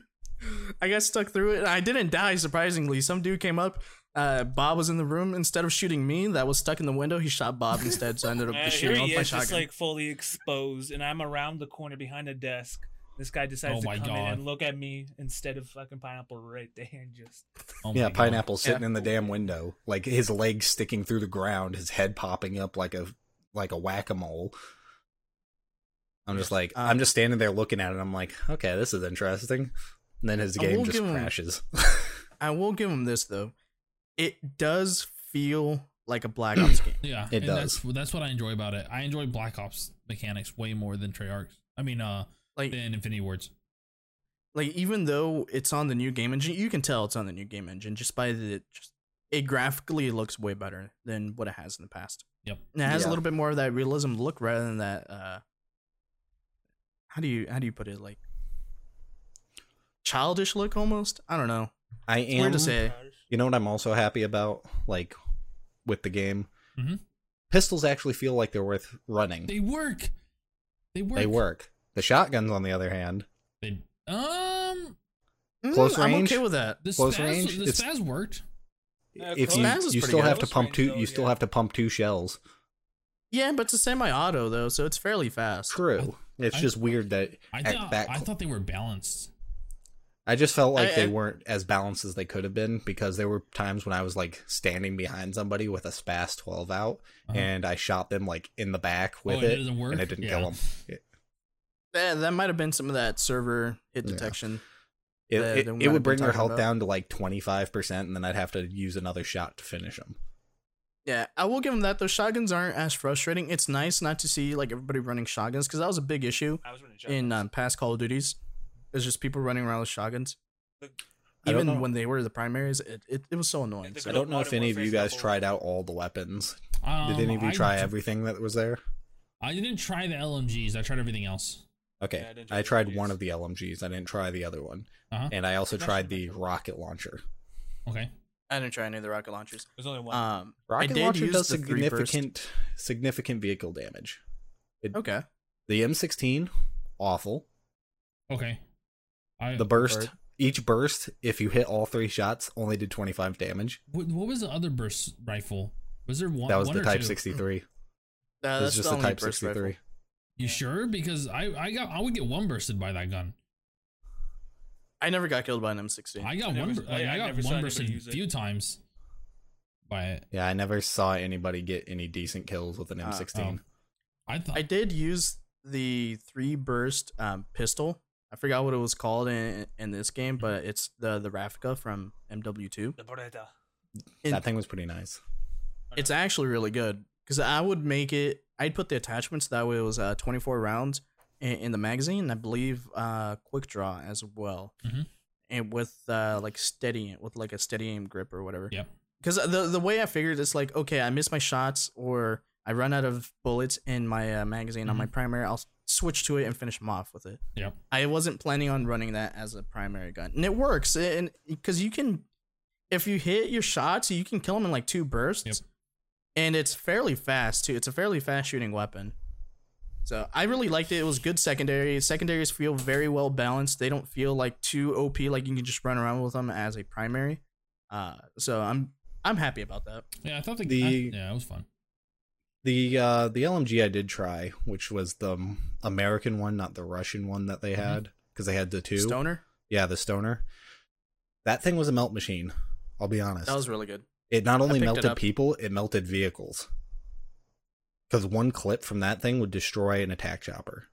S1: I got stuck through it. and I didn't die, surprisingly. Some dude came up. Uh, Bob was in the room. Instead of shooting me, that was stuck in the window, he shot Bob instead. So I ended up
S4: Yeah,
S1: just
S4: here
S1: shooting off
S4: he
S1: my
S4: is, just
S1: shotgun.
S4: like fully exposed, and I'm around the corner behind a desk. This guy decides
S2: Oh
S4: to
S2: my
S4: come in
S2: God.
S4: and look at me instead of fucking pineapple right there and just
S2: Oh
S5: yeah,
S2: my God.
S5: pineapple sitting in the damn window, like his legs sticking through the ground, his head popping up like a like a whack a mole. I'm just like
S1: Um,
S5: I'm just standing there looking at it. I'm like, okay, this is interesting. And then his
S1: I
S5: game
S1: will
S5: just
S1: give him-
S5: crashes.
S1: I will give him this, though. It does feel like a Black Ops game.
S2: Yeah,
S5: It
S2: and
S5: does.
S2: That's, that's what I enjoy about it. I enjoy Black Ops mechanics way more than Treyarch's. I mean, uh,
S1: Like,
S2: than Infinity Wards.
S1: like even though it's on the new game engine, you can tell it's on the new game engine just by the just it graphically looks way better than what it has in the past.
S2: Yep.
S1: And it has a
S5: Yeah.
S1: little bit more of that realism look rather than that uh how do you how do you put it like childish look almost? I don't know.
S5: I
S1: It's weird
S5: am.
S1: to say.
S5: You know what I'm also happy about, like with the game,
S1: Mm-hmm.
S2: Mhm.
S5: pistols actually feel like they're worth running.
S2: They work. They work.
S5: They work. The shotguns, on the other hand,
S2: They um
S1: Mm,
S5: Close
S1: I'm
S5: range?
S1: okay with that.
S2: the
S5: Close
S2: spaz,
S5: range,
S2: the
S5: it's-
S2: spaz worked.
S4: Yeah,
S5: if
S4: close
S5: you
S1: range is
S5: you
S1: pretty
S5: still
S1: good.
S5: have to
S4: Close
S5: pump
S4: range,
S5: two,
S4: though,
S5: you still
S4: yeah.
S5: have to pump two shells.
S1: Yeah, but it's a semi auto though, so it's fairly fast.
S5: True. It's
S2: I-
S5: just weird that
S2: I
S5: at
S2: thought
S5: that
S2: I thought they were balanced.
S5: I just felt like
S1: I-
S5: they
S1: I-
S5: weren't as balanced as they could have been because there were times when I was like standing behind somebody with a Spas 12 out
S2: Uh-huh.
S5: and I shot them like in the back with
S2: and it
S5: it,
S2: doesn't work?
S5: and it didn't kill
S2: Yeah.
S5: them. It,
S1: That that might have been some of that server hit
S5: Yeah.
S1: detection.
S5: it,
S1: Yeah,
S5: it-
S1: then what
S5: it
S1: I've been
S5: would bring their
S1: talking
S5: health
S1: about.
S5: down to like 25% and then I'd have to use another shot to finish them.
S1: Yeah, I will give them that. Those shotguns aren't as frustrating. It's nice not to see like everybody running shotguns because that was a big issue
S4: I was running
S1: in um, past Call of Duties. There's just people running around with shotguns,
S5: I don't know.
S1: even when they were the primaries. It it, it was so annoying.
S4: the
S1: So-
S5: I
S4: Call
S5: don't
S4: of
S5: know if
S4: Modern
S5: any of
S4: Warfare
S5: you guys
S4: double.
S5: tried out all the weapons.
S2: Um,
S5: Did any of you
S2: I
S5: try
S2: d-
S5: everything that was there?
S2: I didn't try the LMGs. I tried everything else.
S5: Okay.
S4: Yeah, I didn't try
S5: I
S4: the
S5: tried one
S4: LMGs.
S5: of the LMGs. I didn't try the other one.
S2: Uh-huh.
S5: And I also
S4: That's
S5: tried
S4: pretty
S5: the rocket launcher.
S2: Okay.
S1: I didn't try any of the rocket launchers.
S4: There's only one.
S1: Um, I
S5: Rocket
S1: did
S5: launcher
S1: use
S5: does
S1: the three burst.
S5: significant significant vehicle damage.
S1: Okay,
S5: The M16, awful.
S2: Okay. I
S5: The burst, each burst, if you hit all three shots, only did 25 damage.
S2: what, what was the other burst rifle? Was there one?
S5: that was
S2: one
S5: the
S2: or
S5: Type
S2: two?
S5: 63.
S1: Uh,
S5: It was
S1: that's
S5: just
S1: the
S5: the,
S1: only
S5: Type
S1: burst
S5: 63.
S1: rifle.
S2: You sure? Because I I got I would get one bursted by that gun.
S1: I never got killed by an M16.
S2: I got
S4: I never-
S2: one. bur-
S4: I-
S2: Like, I,
S4: I never
S2: got
S4: saw
S2: one
S4: anybody
S2: bursted
S4: use
S2: a
S4: it.
S2: few times by it.
S5: Yeah, I never saw anybody get any decent kills with an
S1: Ah.
S5: M16.
S2: Oh. I thought
S1: I did use the three burst um, pistol. I forgot what it was called in in this game,
S5: Mm-hmm.
S1: but it's the the Rafika from MW2.
S4: the Beretta.
S1: In-
S5: that thing was pretty nice.
S1: It's actually really good because I would make it. I'd put the attachments that way. It was uh, 24 rounds in, in the magazine. and I believe uh, quick draw as well,
S2: Mhm.
S1: and with uh, like steady with like a steady aim grip or whatever.
S2: Yep.
S1: Because the the way I figured it's like okay, I miss my shots or I run out of bullets in my uh, magazine on my primary. I'll switch to it and finish them off with it.
S2: Mm-hmm. Yep.
S1: I wasn't planning on running that as a primary gun, and it works. And because you can, if you hit your shots, you can kill them in like two bursts,
S2: Yep.
S1: and it's fairly fast too. It's a fairly fast shooting weapon. So I really liked it. It was good secondary. Secondaries feel very well balanced. They don't feel like too OP. Like you can just run around with them as a primary. Uh, so I'm I'm happy about that.
S2: Yeah, I thought the,
S5: The-
S2: I- yeah, it was fun.
S5: The uh, the LMG I did try, which was the American one, not the Russian one that they
S2: Mhm.
S5: had, because they had the two.
S1: Stoner,
S5: Yeah, the stoner. That thing was a melt machine. I'll be honest.
S1: that was really good.
S5: it not only
S1: picked it
S5: melted
S1: up.
S5: people, it melted vehicles. Because one clip from that thing would destroy an attack chopper.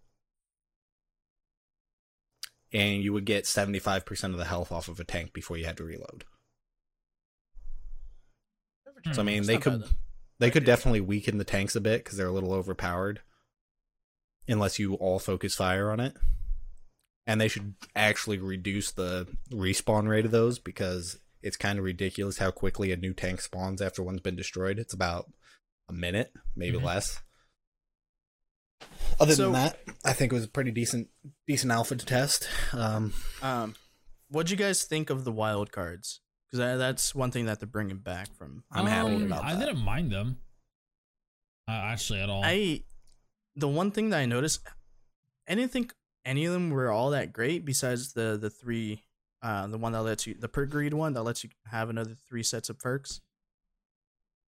S5: And you would get 75% of the health off of a tank before you had to reload. So, I mean,
S1: It's
S5: they
S1: not bad,
S5: could
S1: though.
S5: they could definitely weaken the tanks a bit because they're a little overpowered unless you all focus fire on it and they should actually reduce the respawn rate of those because it's kind of ridiculous how quickly a new tank spawns after one's been destroyed it's about a minute maybe
S2: Mhm.
S5: less other
S1: So-
S5: than that i think it was a pretty decent decent alpha to test um
S1: Um, what'd you guys think of the wild cards? Because that's one thing that they're bringing back from.
S5: i'm happy
S2: Um,
S5: about
S2: I
S5: that
S2: didn't mind them. uh, actually at all.
S1: I the one thing that I noticed, I didn't think any of them were all that great. Besides the the three, uh, the one that lets you the perk greed one that lets you have another three sets of perks.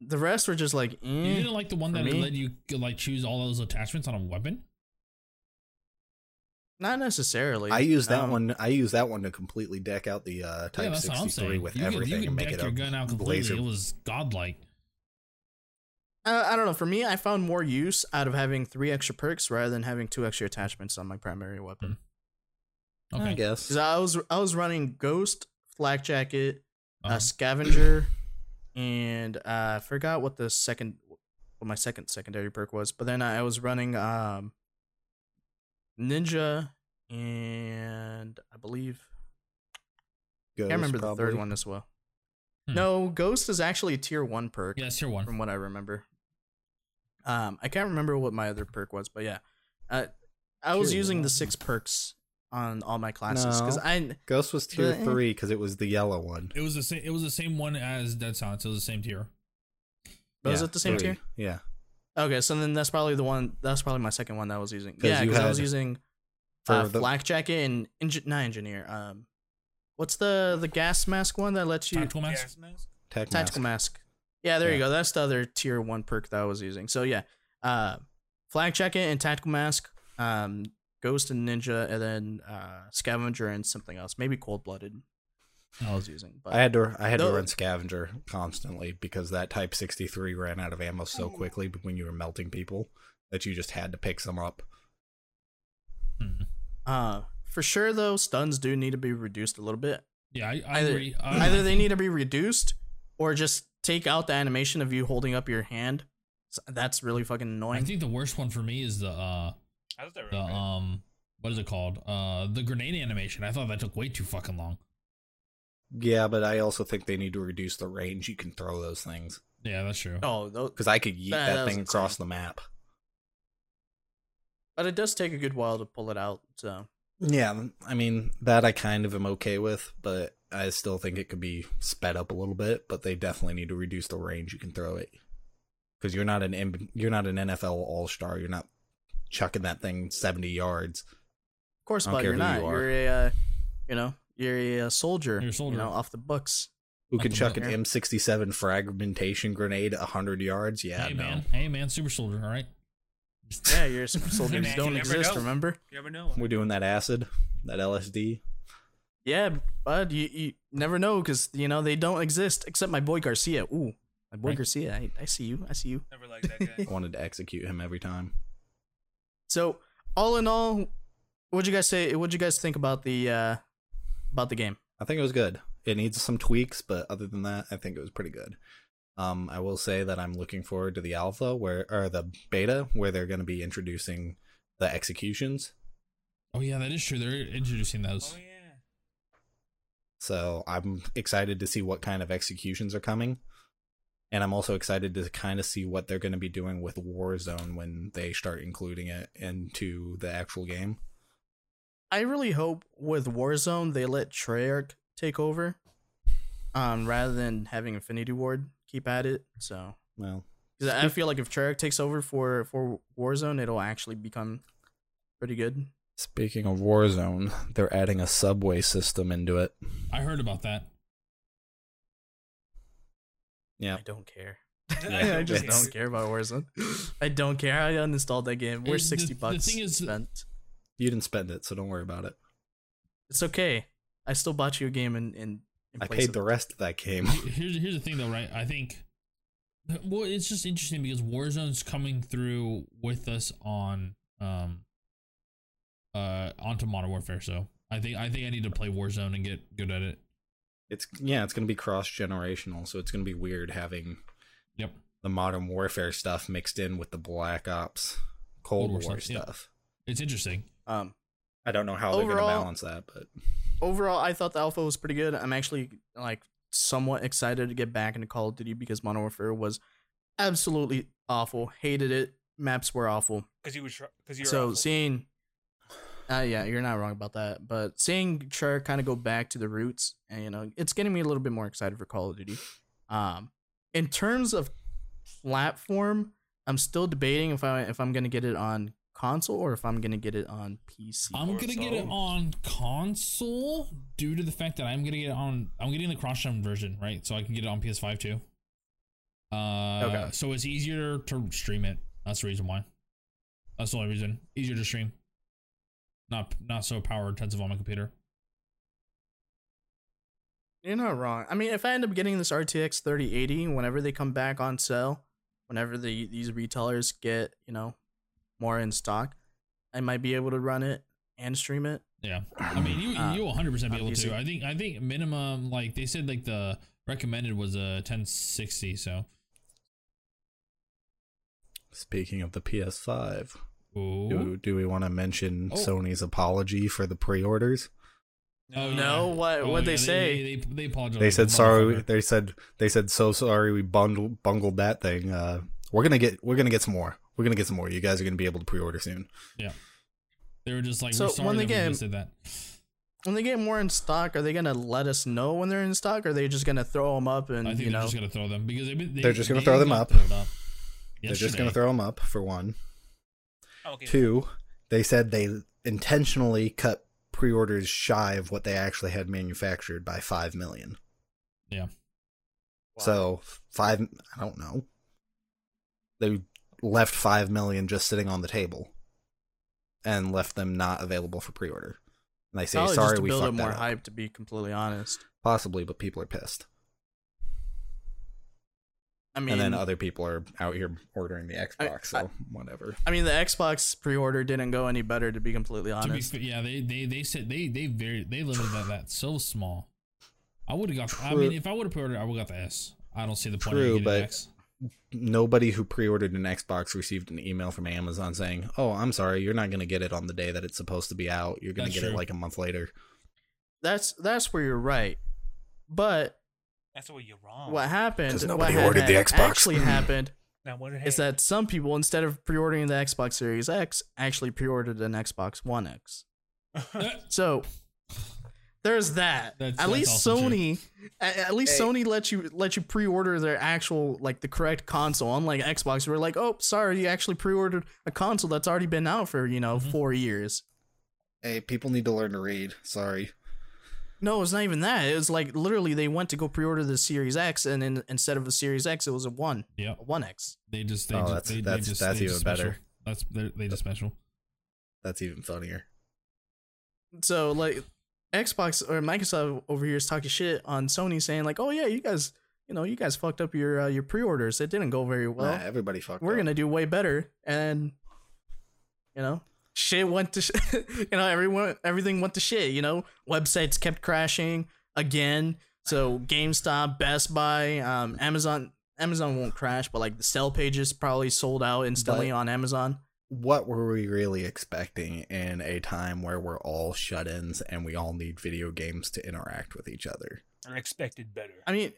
S1: The rest were just like,
S2: you
S1: eh.
S2: didn't like the one
S1: for
S2: that
S1: me-
S2: let you like choose all those attachments on a weapon.
S1: not necessarily.
S5: I use that
S1: Um,
S5: one. I use that one to completely deck out the uh, Type
S2: that's what I'm
S5: 63
S2: saying.
S5: with
S2: you
S5: everything
S2: could, you
S5: and
S2: could
S5: make
S2: deck
S5: it
S2: your
S5: a
S2: gun out completely.
S5: blazer.
S2: It was godlike.
S1: I, I don't know. For me, I found more use out of having three extra perks rather than having two extra attachments on my primary weapon. Oh,
S5: I
S2: Okay,
S5: guess.
S1: Because I was I was running Ghost, Flak Jacket,
S2: Uh-huh.
S1: uh, Scavenger, and uh, I forgot what the second, what my second secondary perk was. But then I was running um, Ninja, and I believe I
S5: Ghost,
S1: can't remember the third
S5: probably.
S1: one as well.
S2: Hmm.
S1: No, Ghost is actually a tier one perk
S2: yeah, it's tier one.
S1: from what I remember. Um, I can't remember what my other perk was, but yeah, uh, I was
S5: Tier
S1: using
S5: one.
S1: the six perks on all my classes because
S5: No.
S1: I
S5: Ghost was tier
S1: But-
S5: three because it was the yellow one.
S2: It was the same. It was the same one as Dead Silence. It was the same tier.
S1: was
S5: Yeah,
S1: it the same
S5: three.
S1: tier?
S5: Yeah.
S1: Okay, so then that's probably the one. That's probably my second one that I was using.
S5: 'Cause
S1: Yeah,
S5: you
S1: because I was
S5: had-
S1: using
S5: For
S1: uh,
S5: the-
S1: flak jacket and engi- not engineer. Um, what's the the gas mask one that lets you
S2: Tactical mask.
S4: Gas mask?
S5: tech
S1: tactical
S5: mask.
S1: mask. Yeah, there you
S5: Yeah.
S1: go. That's the other tier one perk that I was using. So yeah, uh, flag jacket and tactical mask, um, ghost and ninja, and then uh, scavenger and something else, maybe cold blooded. I was using, but
S5: I had to I had
S1: No.
S5: to run scavenger constantly because that Type 63 ran out of ammo so quickly but when you were melting people that you just had to pick some up.
S2: Hmm.
S1: uh, for sure though, stuns do need to be reduced a little bit.
S2: Yeah, I, I
S1: Either-
S2: agree. I-
S1: Either they need to be reduced, or just take out the animation of you holding up your hand. So that's really fucking
S2: I
S1: annoying.
S2: think the worst one for me is the uh
S4: I thought they were
S2: the
S4: okay.
S2: um what is it called uh the grenade animation. I thought that took way too fucking long.
S5: Yeah, but I also think they need to reduce the range you can throw those things
S2: Yeah, that's true.
S1: oh, tho-
S5: because I could yeet
S1: That-
S5: that,
S1: that was
S5: thing across the map.
S1: but it does take a good while to pull it out. So
S5: Yeah, I mean that I kind of am okay with, but I still think it could be sped up a little bit. But they definitely need to reduce the range you can throw it because you're not an M- you're not an NFL All Star. You're not chucking that thing seventy yards.
S1: of course,
S5: I don't
S1: but
S5: care
S1: you're
S5: who
S1: not.
S5: you
S1: You
S5: are.
S1: are a, uh, you know, you're a, uh, soldier.
S2: You're a soldier.
S1: You know, off the books.
S5: Who
S2: Not
S5: can
S2: the
S5: chuck an
S1: military.
S5: M sixty seven fragmentation grenade hundred yards? Yeah,
S2: hey
S5: no.
S2: man, hey man, super soldier. All right.
S1: Yeah, your super
S4: Hey,
S1: soldiers
S4: man,
S1: don't
S4: you never
S1: exist.
S4: know.
S1: Remember?
S4: You never know.
S5: We're doing that acid, that LSD.
S1: Yeah, bud. You, you never know because you know they don't exist except my boy Garcia. Ooh, my boy
S2: Right.
S1: Garcia. I, I see you. I see you.
S4: Never liked that guy.
S5: I wanted to execute him every time.
S1: So all in all, what'd you guys say? What'd you guys think about the uh about the game?
S5: I think it was good. It needs some tweaks, but other than that, I think it was pretty good. Um, I will say that I'm looking forward to the alpha where or the beta where they're going to be introducing the executions.
S2: Oh yeah, that is true. They're introducing those.
S4: oh yeah.
S5: So I'm excited to see what kind of executions are coming, and I'm also excited to kind of see what they're going to be doing with Warzone when they start including it into the actual game.
S1: I really hope with Warzone they let Treyarch take over, um, rather than having Infinity Ward keep at it. So
S5: Well,
S1: 'cause I feel like if Treyarch takes over for for Warzone, it'll actually become pretty good.
S5: speaking of Warzone, they're adding a subway system into it.
S2: I heard about that.
S5: Yeah.
S1: I don't care.
S5: Yeah,
S1: I just
S5: it's-
S1: don't care about Warzone. I don't care. I uninstalled that game.
S2: Uh,
S1: We're
S2: the-
S1: sixty
S2: the
S1: bucks
S2: thing is-
S1: spent.
S5: You didn't spend it, so don't worry about it.
S1: It's okay. I still bought you a game in in. in
S5: I
S1: place
S5: paid
S1: of-
S5: the rest of that game.
S2: Here's here's the thing though, right? I think well, it's just interesting because Warzone's coming through with us on um uh onto Modern Warfare, so I think I think I need to play Warzone and get good at it.
S5: It's yeah, it's gonna be cross generational, so it's gonna be weird having
S2: Yep.
S5: the modern warfare stuff mixed in with the Black Ops Cold
S2: Cold War
S5: War,
S2: stuff, yeah.
S5: stuff.
S2: It's interesting.
S1: um.
S5: I don't know how they're gonna
S1: Overall-
S5: balance that, but
S1: overall, I thought the alpha was pretty good. I'm actually like somewhat excited to get back into Call of Duty because Modern Warfare was absolutely awful. Hated it. Maps were awful.
S4: Because you were because you were
S1: so
S4: awful.
S1: seeing, uh, yeah, you're not wrong about that. But seeing Char kind of go back to the roots, and you know, it's getting me a little bit more excited for Call of Duty. Um, in terms of platform, I'm still debating if I if I'm gonna get it on console or if I'm gonna get it on PC.
S2: I'm
S3: Or
S2: gonna get it
S3: so.
S2: on console due to the fact that I'm gonna get it on. I'm getting the cross gen version, right? So I can get it on PS5 too. Uh,
S1: Okay.
S2: So it's easier to stream it. That's the reason why. That's the only reason. Easier to stream. Not not so power intensive on my computer.
S1: You're not wrong. I mean, if I end up getting this RTX 3080 whenever they come back on sale, whenever the these retailers get you know more in stock, I might be able to run it and stream it.
S2: Yeah, I mean you
S1: Uh,
S2: you 100 percent be
S1: on
S2: able
S1: PC.
S2: to. I think I think minimum like they said like the recommended was a 1060. So
S5: Speaking of the PS5,
S2: Ooh.
S5: do, do we want to mention
S2: Oh.
S5: Sony's apology for the pre-orders?
S2: Oh,
S1: No,
S2: yeah.
S1: what-
S2: Oh,
S1: what'd they
S2: yeah,
S1: say?
S2: They, they, they apologized.
S5: They said sorry.
S2: Oh, Motherfucker.
S5: They said they said so sorry. We bundled bungled that thing. Uh, we're gonna get we're gonna get some more. We're gonna get some more. You guys are gonna be able to pre-order soon.
S2: They were just like,
S1: So,
S2: we're sorry
S1: when
S2: that
S1: they
S2: we
S1: get-
S2: just did that.
S1: When they get more in stock, are they gonna let us know when they're in stock? Or are they just gonna throw them up and
S2: I think
S1: you know?
S2: they're just gonna throw them because they've been, they,
S5: They're just gonna
S2: they
S5: throw them
S2: got
S5: up.
S2: throwed
S5: They're just gonna
S2: yesterday.
S5: throw them up for one.
S4: Okay.
S5: Two, they said they intentionally cut pre-orders shy of what they actually had manufactured by five million. So five, I don't know. They left five million just sitting on the table, and left them not available for pre-order. And they say
S1: Probably
S5: sorry,
S1: just to
S5: we
S1: build up
S5: fucked
S1: more
S5: that up."
S1: hype. To be completely honest,
S5: Possibly, but people are pissed,
S1: I mean,
S5: and then other people are out here ordering the Xbox.
S1: I-
S5: so whatever.
S1: I mean, the Xbox pre-order didn't go any better. To be completely
S2: To be
S1: honest,
S2: fa- yeah, they they they said they they very they limited that that so small. I would have got. I
S5: True.
S2: mean, if I would have pre-ordered, I would have got the S. I don't see the point.
S5: True,
S2: of
S5: but-
S2: getting X.
S5: Nobody who pre-ordered an Xbox received an email from Amazon saying, "Oh, I'm sorry, you're not going to get it on the day that it's supposed to be out. You're going to
S2: That's
S5: get it
S2: true.
S5: like a month later."
S1: that's that's where you're right. But
S4: That's where you're wrong.
S1: what happened?
S5: 'Cause
S1: what
S5: nobody
S1: had-
S5: ordered the
S1: had
S5: Xbox.
S1: Actually happened
S4: Now what
S1: is
S4: hey,
S1: that some people, instead of pre-ordering the Xbox Series X, actually pre-ordered an Xbox One X. So there's that.
S2: That's-
S1: at
S2: that's
S1: least
S2: also true.
S1: Sony, at, at least
S5: Hey.
S1: Sony let you let you pre-order their actual like the correct console. Unlike Xbox, we're like, oh, sorry, you actually pre-ordered a console that's already been out for you know
S2: Mhm.
S1: four years.
S5: Hey, people need to learn to read. Sorry.
S1: No, it's not even that. It was like literally they went to go pre-order the Series X, and in, instead of a Series X, it was a one,
S2: Yep.
S1: a one X.
S2: They just they
S5: Oh,
S2: just
S5: that's-
S2: they,
S5: that's-
S2: they just,
S5: that's
S2: they
S5: even
S2: just
S5: better.
S2: Special. That's they they just special.
S5: That's even funnier.
S1: So like Xbox or Microsoft over here is talking shit on Sony, saying like, oh yeah, you guys, you know, you guys fucked up your uh, your pre-orders. It didn't go very well.
S5: Nah, everybody fucked.
S1: we're
S5: up.
S1: gonna do way better and you know shit went to sh- you know everyone everything went to shit you know websites kept crashing again so gamestop best buy um, amazon amazon won't crash but like the sell pages probably sold out instantly
S5: But-
S1: on amazon
S5: what were we really expecting in a time where we're all shut-ins and we all need video games to interact with each other?
S4: I expected better.
S1: i mean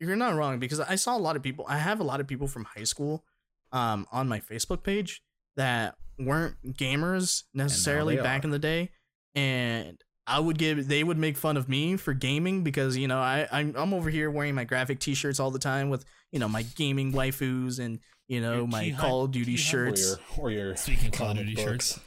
S1: you're not wrong because i saw a lot of people i have a lot of people from high school um, on my facebook page that weren't gamers necessarily
S5: they
S1: back
S5: are.
S1: in the day and I would give they would make fun of me for gaming because you know I I'm, I'm over here wearing my graphic t-shirts all the time with you know my gaming waifus and you know
S4: Your
S1: my
S4: key hun-
S1: Call of Duty
S4: key hun-
S1: shirts
S5: or your
S2: Speaking of Call of Duty shirts,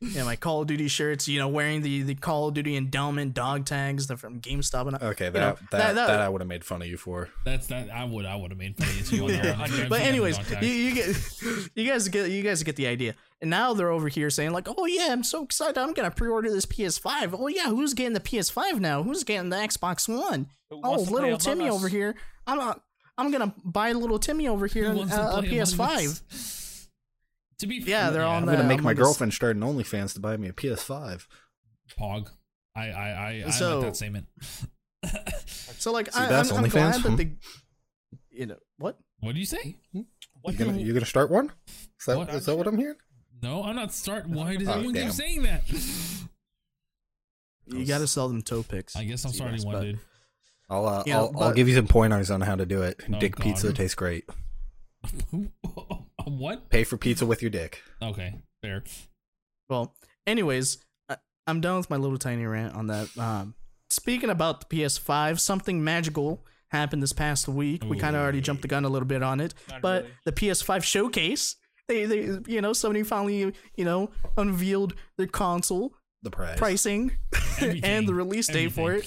S1: yeah my Call of Duty shirts you know wearing the the Call of Duty endowment dog tags they're from GameStop and
S5: Okay, that,
S1: know,
S5: that,
S1: that-
S5: that
S1: that-
S5: I would have made fun of you for.
S2: that's that. I would I would have made fun of you.
S4: Yeah.
S2: I'd-
S4: But
S2: I'd put
S1: but
S2: that
S1: anyways,
S2: on
S1: you,
S2: tax.
S1: you get you guys get you guys get the idea. And now they're over here saying like, "Oh yeah, I'm so excited! I'm gonna pre-order this PS5." Oh yeah, who's getting the PS5 now? Who's getting the Xbox One?
S4: Who
S1: Oh,
S4: wants to play
S1: little
S4: Among
S1: Timmy
S4: Us?
S1: over here. I'm a, I'm gonna buy little Timmy over here
S2: Who
S1: and,
S2: wants to
S1: uh, a
S2: play Among
S1: PS5.
S2: Us? To be
S1: Yeah,
S2: fair-
S1: they're on
S5: I'm
S1: the-
S5: gonna make
S1: I'm
S5: my
S1: gonna s-
S5: girlfriend start an OnlyFans to buy me a PS5.
S2: Pog. I I I, I
S1: So-
S2: like that statement.
S1: So like,
S5: See,
S1: I,
S5: that's
S1: I'm, I'm glad
S5: OnlyFans?
S1: that
S5: Hmm.
S1: they, you know, what?
S2: what do you say?
S5: You
S4: What
S5: gonna,
S4: do-
S5: you gonna start one? Is that,
S2: What?
S5: is that what I'm hearing?
S2: No, I'm not start. Why does
S5: Oh,
S2: everyone
S5: damn.
S2: keep saying that?
S1: You gotta sell them toe picks.
S2: I guess I'm
S1: See,
S2: starting
S1: guys,
S2: one,
S1: but-
S2: dude.
S5: I'll, uh,
S1: Yeah,
S5: I'll, I'll
S1: but-
S5: give you some pointers on how to do it.
S2: Oh,
S5: dick
S2: God.
S5: pizza tastes great.
S2: what?
S5: Pay for pizza with your dick.
S2: Okay, fair.
S1: Well, anyways, I, I'm done with my little tiny rant on that. Um, speaking about the PS5, something magical happened this past week. We kind of already jumped the gun a little bit on it,
S4: Not
S1: but
S4: really.
S1: the PS5 showcase, they, they, you know, Sony finally, you know, unveiled their console
S5: The price.
S1: pricing and the
S2: Everything.
S1: release date for it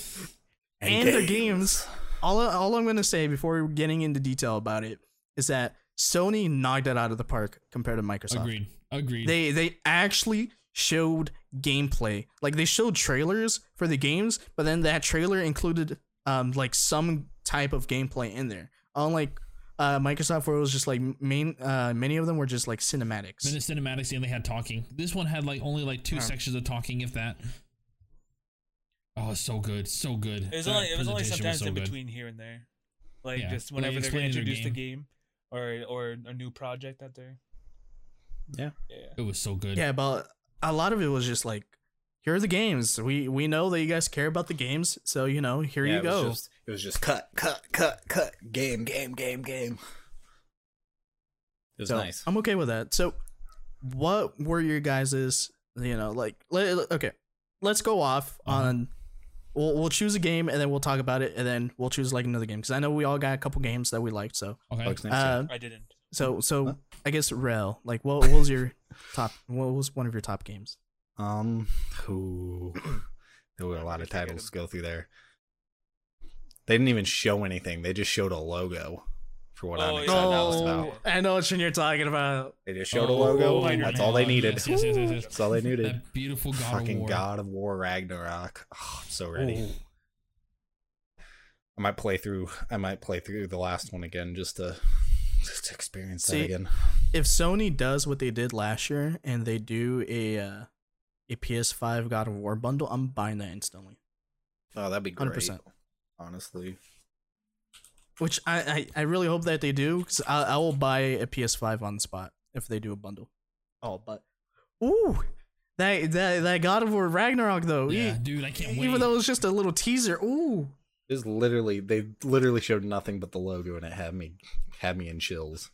S1: and
S2: Everything.
S1: their games. All, all I'm going to say before getting into detail about it is that Sony knocked it out of the park compared to Microsoft.
S2: Agreed. Agreed.
S1: They they actually showed gameplay. Like they showed trailers for the games, but then that trailer included um like some type of gameplay in there. Unlike uh Microsoft where it was just like main uh many of them were just like cinematics.
S2: Then the cinematics and they had talking. This one had like only like two
S1: Yeah.
S2: sections of talking, if that. Oh, it's so good, so good.
S4: It was
S2: That
S4: only it was only
S2: presentation
S4: sometimes
S2: so
S4: in
S2: good.
S4: between here and there, like
S2: Yeah,
S4: just
S2: when they
S4: whenever they're gonna
S2: explained their
S4: introduce the game or or a new project out there.
S5: Yeah.
S4: Yeah.
S2: It was so good.
S1: Yeah, but a lot of it was just like here are the games. We we know that you guys care about the games, so you know, here
S5: Yeah,
S1: you go.
S5: It was, just, it was just cut, cut, cut, cut. Game, game, game, game. It was
S1: So, um,
S5: nice.
S1: I'm okay with that. So, what were your guys's, you know, like, let, okay, let's go off
S5: Mm-hmm.
S2: Uh-huh.
S1: on. We'll, we'll choose a game and then we'll talk about it and then we'll choose like another game because I know we all got a couple games that we liked. So,
S2: Okay.
S5: Bugs Next
S1: uh,
S4: I didn't.
S1: so,
S5: Huh?
S1: so I guess Rel, like, what, what was your top? What was one of your top games?
S5: Year. um, ooh. there were a lot of
S4: Forget
S5: titles to
S4: them.
S5: go through there. They didn't even show anything. They just showed a logo for what
S4: Oh,
S5: I'm excited was about.
S1: I know what you're talking about.
S5: They just showed a
S2: Oh,
S5: logo.
S2: my
S5: That's
S2: God.
S5: all they needed.
S2: Yes, yes, yes, yes, yes.
S5: That's all they needed.
S2: That beautiful God of
S5: Fucking
S2: War.
S5: God of War Ragnarok. Oh, I'm so ready.
S2: Ooh.
S5: I might play through. I might play through the last one again just to just to experience
S1: See,
S5: that again.
S1: If Sony does what they did last year and they do a uh, a PS5 God of War bundle, I'm buying that instantly.
S5: Oh, that'd be great.
S1: 100%.
S5: Honestly,
S1: Which I, I, I really hope that they do because I, I will buy a PS5 on the spot if they do a bundle. Oh, but ooh, that that that God of War Ragnarok though.
S2: Oh, Yeah,
S1: e-
S2: dude, I can't wait.
S1: even though it's just a little teaser. Ooh,
S5: just literally, they literally showed nothing but the logo, and it had me had me in chills.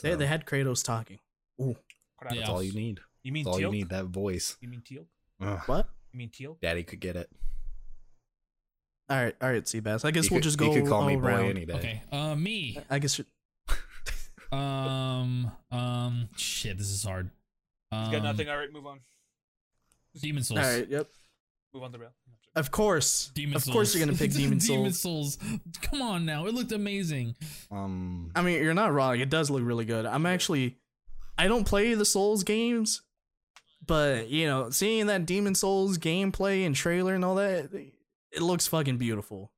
S1: they
S5: So,
S1: they had Kratos talking. Ooh,
S4: Crap.
S5: that's
S2: Yeah.
S5: all you need.
S4: You mean
S5: That's all you
S4: teal?
S5: need. That voice.
S4: You mean teal?
S5: Ugh,
S1: what?
S4: You mean teal?
S5: Daddy could get it.
S1: All right, all right, Seabass. I guess
S5: He
S1: we'll
S5: could-
S1: just go
S5: He could call
S1: all
S5: me
S1: around.
S5: boy any day.
S2: oh, okay, uh, me.
S1: I guess
S2: Um, um, shit, this is hard. Um,
S4: He's got nothing. All right, move on.
S2: Demon Souls.
S1: all right. Yep.
S4: Move on the rail.
S1: Of course,
S2: Demon
S1: of
S2: Souls.
S1: course you're gonna pick Demon
S2: Demon
S1: Souls.
S2: Souls. Come on now, it looked amazing.
S5: Um,
S1: I mean, you're not wrong. It does look really good. I'm actually, I don't play the Souls games, but you know, seeing that Demon Souls gameplay and trailer and all that, it looks fucking beautiful.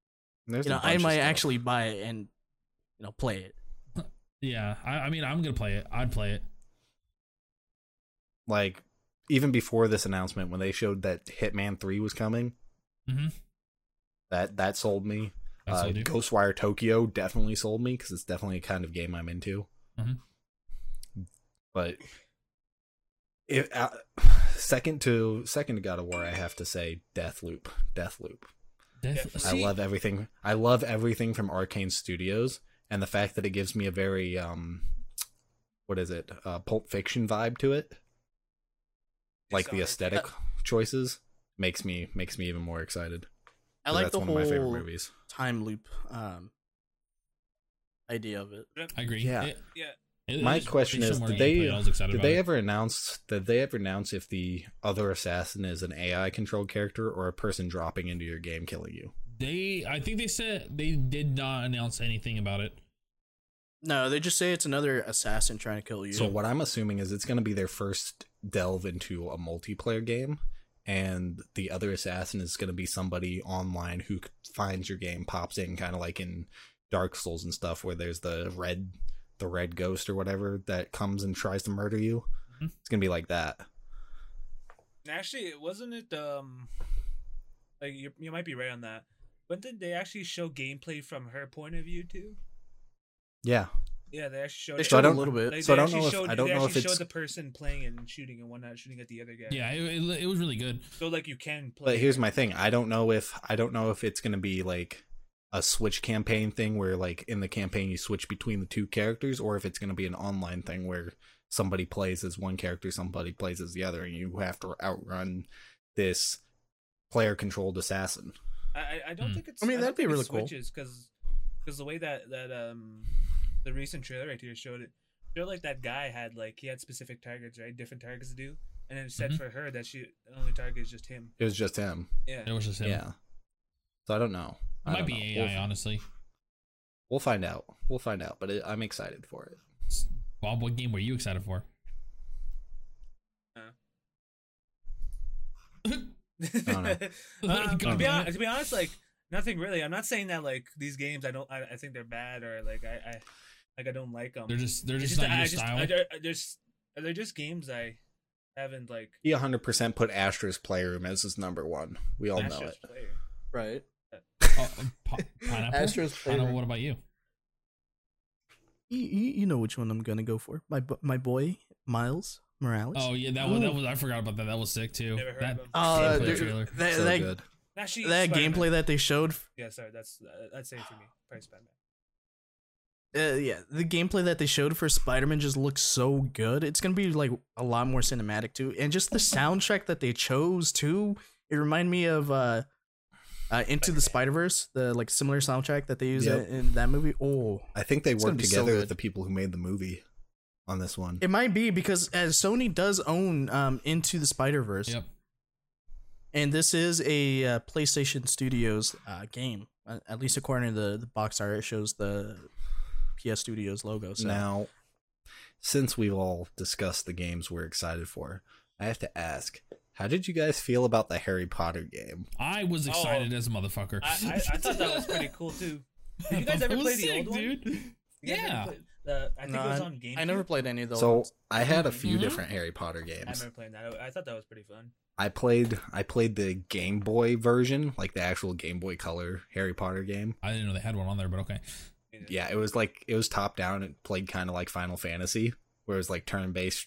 S5: there's
S1: you
S5: a
S1: know, I
S5: bunch of
S1: might
S5: stuff.
S1: actually buy it and you know play it.
S2: Yeah, I, I mean, I'm gonna play it. I'd play it.
S5: like even before this announcement when they showed that Hitman 3 was coming,
S2: Mhm.
S5: that Mm-hmm. that sold me.
S2: That's all
S5: uh,
S2: I do.
S5: Ghostwire Tokyo definitely sold me because it's definitely a kind of game I'm into.
S2: Mhm.
S5: Mm-hmm. But if uh, second to second to God of War, I have to say Deathloop. Deathloop.
S2: Def-
S4: Yeah,
S5: I
S2: See,
S5: love everything. I love everything from Arcane Studios, and the fact that it gives me a very um, what is it, uh, Pulp Fiction vibe to it. Like the
S4: Sorry.
S5: aesthetic choices makes me makes me even more excited.
S1: I
S5: 'Cause
S1: like
S5: that's
S1: the
S5: one
S1: whole
S5: of my favorite movies.
S1: time loop um idea of it.
S2: I agree.
S5: Yeah.
S2: It-
S4: Yeah.
S2: it-
S5: My
S2: it's-
S5: question
S2: it's
S5: is,
S2: somewhere
S5: did
S2: you can
S5: they-
S2: play it. I was excited
S5: Did
S2: about
S5: they
S2: it.
S5: ever announce? Did they ever announce if the other assassin is an AI controlled character or a person dropping into your game killing you?
S2: They, I think they said they did not announce anything about it.
S1: No, they just say it's another assassin trying to kill you.
S5: So what I'm assuming is it's going to be their first delve into a multiplayer game, and the other assassin is going to be somebody online who finds your game, pops in, kind of like in Dark Souls and stuff, where there's the red, the red ghost or whatever that comes and tries to murder you.
S2: Mhm.
S5: It's going to be like that.
S4: Actually, it wasn't it. Um, like you, you might be right on that. But did they actually show gameplay from her point of view too?
S5: Yeah,
S4: Yeah, they actually showed.
S1: they
S4: it.
S5: So
S1: showed
S5: I
S1: a
S5: don't-
S1: little bit.
S4: Like,
S5: so I
S4: they
S5: don't know
S4: actually
S5: if-
S4: showed,
S5: I don't
S4: they
S5: know if
S4: actually
S5: it's-
S4: showed the person playing and shooting and one not shooting at the other guy.
S2: Yeah, it, it, it was really good.
S4: So like you can play.
S5: but here's my thing: I don't know if I don't know if it's going to be like a switch campaign thing where like in the campaign you switch between the two characters or if it's going to be an online thing where somebody plays as one character somebody plays as the other and you have to outrun this player controlled assassin
S4: I I- I don't
S2: Hmm.
S4: think it's.
S1: I mean, that'd
S4: don't
S1: be
S4: think it
S1: really cool.
S4: Switches because the way that that um the recent trailer right here showed it showed like that guy had like he had specific targets right different targets to do and it said
S2: Mhm.
S4: for her that she the only target is just him.
S5: It was just him.
S4: Yeah.
S2: It was just him.
S5: Yeah. So I don't know.
S2: It
S5: I
S2: might
S5: don't
S2: be
S5: know.
S2: AI,
S5: We'll,
S2: honestly.
S5: we'll find out. We'll find out. But it, I'm excited for it.
S2: Bob, what game were you excited for?
S5: don't know.
S4: Um, to,
S2: God
S4: be
S2: damn
S4: hon-
S2: it.
S4: to be honest, like nothing really. I'm not saying that like these games. I don't. I, I think they're bad or like I, I like I don't like them.
S2: They're just they're just, not your style.
S4: I, they're, they're just uh, they're just games I haven't like.
S5: He 100% put Astra's Playroom as his number one. We all know
S4: Astro's
S5: it.
S4: player.
S1: Right.
S2: Oh, um, pi- pineapple.
S1: Astro's
S2: pineapple.
S1: favorite.
S2: What about you?
S1: You, you, you know which one I'm gonna go for. My bu- my boy Miles Morales.
S2: Oh yeah, that was that
S1: Ooh.
S2: was I forgot about that. That was sick too.
S4: Never heard
S2: that
S4: of him.
S1: Uh,
S2: gameplay
S1: dude,
S2: trailer.
S1: that,
S5: So
S1: that,
S5: good.
S4: Actually,
S1: that
S4: Spider-Man.
S1: gameplay that they showed
S4: Yeah, sorry. That's uh, that's safe for me. Probably Spider Man.
S1: uh, yeah, the gameplay that they showed for Spider Man just looks so good. It's gonna be like a lot more cinematic too, and just the soundtrack that they chose too. It reminded me of uh, uh Into the Spider Verse, the like similar soundtrack that they use
S5: Yep.
S1: in, in that movie. Oh,
S5: I think they
S1: It's gonna
S5: worked
S1: be so
S5: together
S1: good.
S5: with the people who made the movie on this one.
S1: it might be because as Sony does own um Into the Spider Verse,
S2: Yep.
S1: and this is a uh, PlayStation Studios uh, game. Uh, At least according to the, the box art, it shows the PS Studios logo. So
S5: Now, since we've all discussed the games we're excited for, I have to ask, how did you guys feel about the Harry Potter game?
S2: I was
S4: Oh.
S2: excited as a motherfucker.
S4: I, I, I thought that was pretty cool too. Did you guys ever
S2: It was
S4: play the
S2: sick,
S4: old one?
S2: dude?
S4: You guys ever
S2: Yeah.
S4: play- The, I think
S1: No,
S4: it was on GameCube.
S1: I never played any of those.
S5: So
S1: ones.
S5: I had a few
S2: Mhm.
S5: different Harry Potter
S4: I
S5: games.
S4: remember playing that. I, I thought that was pretty fun.
S5: I played I played the Game Boy version, like the actual Game Boy Color Harry Potter game.
S2: I didn't know they had one on there, but okay.
S4: You know.
S5: Yeah, it was like it was top down. It played kind of like Final Fantasy, where it was like turn based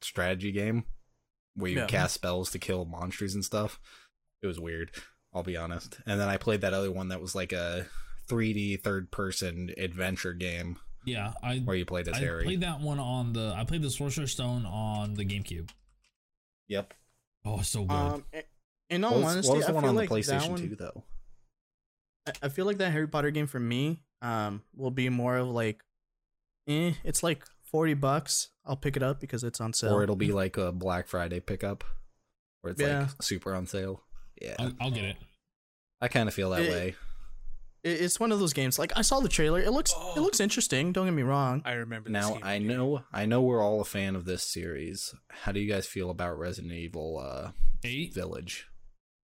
S5: strategy game where you
S1: Yeah.
S5: cast spells to kill monsters and stuff. It was weird. I'll be honest. And then I played that other one that was like a 3D third person adventure game
S2: Yeah, I
S5: where you played as
S2: I
S5: Harry.
S2: played that one on the I played the Sorcerer's Stone on the GameCube.
S5: Yep.
S2: Oh, so good.
S1: Um, a- in all
S5: what was, what
S1: honesty,
S5: was the
S1: I
S5: one
S1: feel
S5: on
S1: like
S5: the
S1: that
S5: PlayStation
S1: one,
S5: 2 though?
S1: I- I feel like that Harry Potter game for me, um, will be more of like, eh, it's like forty bucks. I'll pick it up because it's on sale.
S5: Or it'll be like a Black Friday pickup where it's
S1: Yeah.
S5: like super on sale. Yeah.
S2: I'll, I'll get it.
S5: I kind of feel that
S1: It-
S5: way.
S1: It- it's one of those games. Like I saw the trailer. It looks it
S4: Oh.
S1: looks interesting. Don't get me wrong.
S4: I remember this
S5: Now
S4: game,
S5: I
S4: dude.
S5: know I know we're all a fan of this series. How do you guys feel about Resident Evil uh
S2: Eight
S5: Village?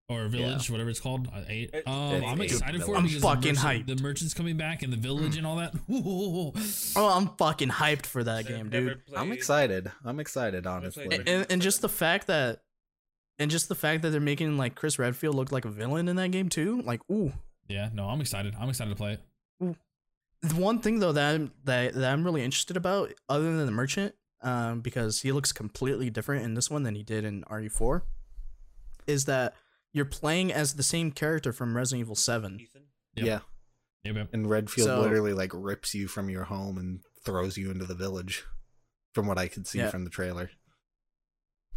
S2: or Village, whatever it's called. uh, Eight.
S4: It-
S2: Um,
S5: It's
S2: I'm
S5: eight
S2: excited for it.
S5: Village.
S1: I'm
S2: because the
S1: fucking hyped.
S2: merchant- The merchants coming back and the village and all that. Ooh.
S1: Oh, I'm fucking hyped for that
S4: I've
S1: game,
S4: never
S1: dude.
S5: I'm
S4: played-
S5: excited. I'm excited honestly.
S4: played
S1: And, and and just the fact that, and just the fact that they're making like Chris Redfield look like a villain in that game too. Like ooh.
S2: Yeah, no, I'm excited. I'm excited to play it.
S1: the one thing though that I'm, that that I'm really interested about, other than the merchant, um, because he looks completely different in this one than he did in RE4, is that you're playing as the same character from Resident Evil Seven.
S4: Ethan.
S2: Yep.
S5: Yeah.
S2: Yeah, babe.
S5: And Redfield
S1: So-
S5: literally like rips you from your home and throws you into the village from what I could see
S1: Yeah.
S5: from the trailer.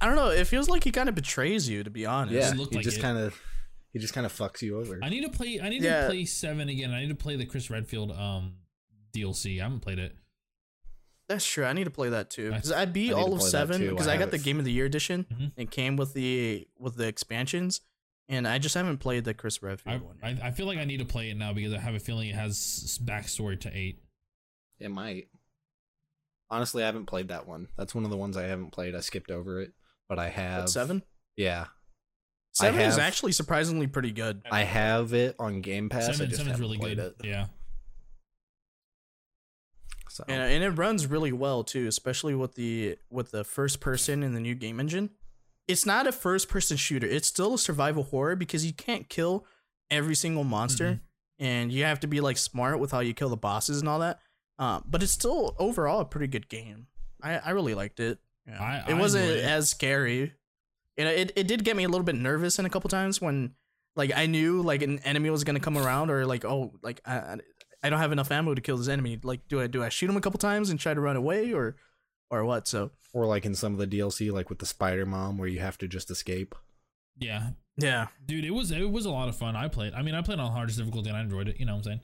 S1: I don't know. It feels like he kind of betrays you, to be honest.
S5: Yeah.
S2: looked
S5: He
S2: like
S5: just
S2: it.
S5: kind of he just kind of fucks you over.
S2: I need to play. I need
S1: Yeah.
S2: to play seven again. I need to play the Chris Redfield um DLC. I haven't played it.
S1: that's true. I need to play that too
S2: I-
S1: because I beat
S5: I need to
S1: all of
S5: play that
S1: seven
S5: too.
S1: because
S5: I
S1: I,
S5: have
S1: got the
S5: it. Mm-hmm.
S1: Game of the Year edition.
S2: Mhm.
S1: It came with the with the expansions, and I just haven't played the Chris
S2: I,
S1: Redfield one.
S2: I I feel like I need to play it now because I have a feeling it has s- backstory to eight.
S5: It might. Honestly, I haven't played that one. That's one of the ones I haven't played. I skipped over it, but I
S1: But
S5: have
S1: seven.
S5: Yeah,
S1: Seven is
S5: have-
S1: actually surprisingly pretty good.
S5: I have it on Game Pass. I
S2: seven
S5: just
S2: seven's
S5: haven't
S2: really
S5: played
S2: good.
S5: it.
S2: Yeah.
S5: So.
S1: and, and it runs really well too especially with the with the first person in the new game engine it's not a first person shooter it's still a survival horror because you can't kill every single monster and you have to be like smart with how you kill the bosses and all that uh, but it's still overall a pretty good game i, I really liked it yeah.
S2: I-
S1: it
S2: I
S1: wasn't
S2: enjoyed it.
S1: as scary you know it, it did get me a little bit nervous in a couple times when like i knew like an enemy was gonna come around or like oh like I, I- I don't have enough ammo to kill this enemy. Like, do I do I shoot him a couple times and try to run away, or or what? So
S5: or like in some of the DLC, like with the Spider Mom, where you have to just escape.
S2: Yeah,
S1: Yeah.
S2: dude, it was it was a lot of fun. I played. I mean, I played on hardest difficulty and I enjoyed it. You know what I'm saying?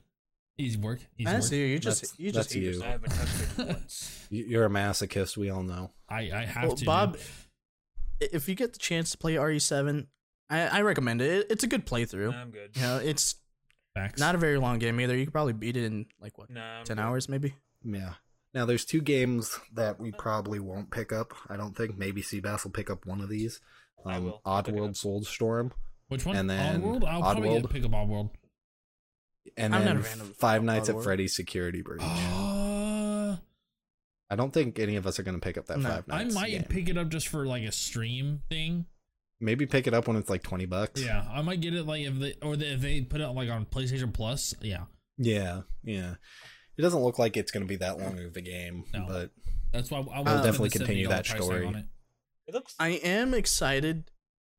S2: Easy work. Easy
S1: That's
S2: work.
S1: you. You just
S5: That's-
S1: you just
S5: that's
S1: hate
S5: you.
S1: yourself.
S4: I haven't touched it
S2: Well,
S4: once.
S5: You- You're a masochist. We all know.
S2: I I have
S1: Well,
S2: to.
S1: Bob, i- if you get the chance to play RE7, I, I recommend it. it. It's a good playthrough.
S4: I'm good.
S1: You know, it's
S2: Facts.
S1: not a very long game either. You could probably beat it in like what
S4: Nah, I'm
S1: ten
S4: good.
S1: hours maybe.
S5: Yeah. Now there's two games that we probably won't pick up. I don't think. Maybe Seabass will pick up one of these.
S4: I
S5: Um,
S4: will. I'll pick it
S5: Oddworld
S4: up.
S5: Soulstorm,
S2: Which one?
S5: and then
S2: Oddworld. I'll probably get
S5: Oddworld.
S2: pick up Oddworld.
S5: and
S1: I'm not
S5: then
S1: a fan of
S5: Five Nights at
S1: Oddworld.
S5: Freddy's Security Breach.
S2: Uh,
S5: I don't think any of us are going to pick up that
S1: No.
S5: Five
S2: I
S5: Nights.
S2: might
S5: game.
S2: pick it up just for like a stream thing.
S5: Maybe pick it up when it's like twenty bucks.
S2: Yeah, I might get it like if they or if they put it like on PlayStation Plus. Yeah,
S5: Yeah. Yeah. It doesn't look like it's going to be that long of a game,
S2: No.
S5: but
S2: that's why I will
S5: definitely continue that story.
S4: It looks.
S1: I am excited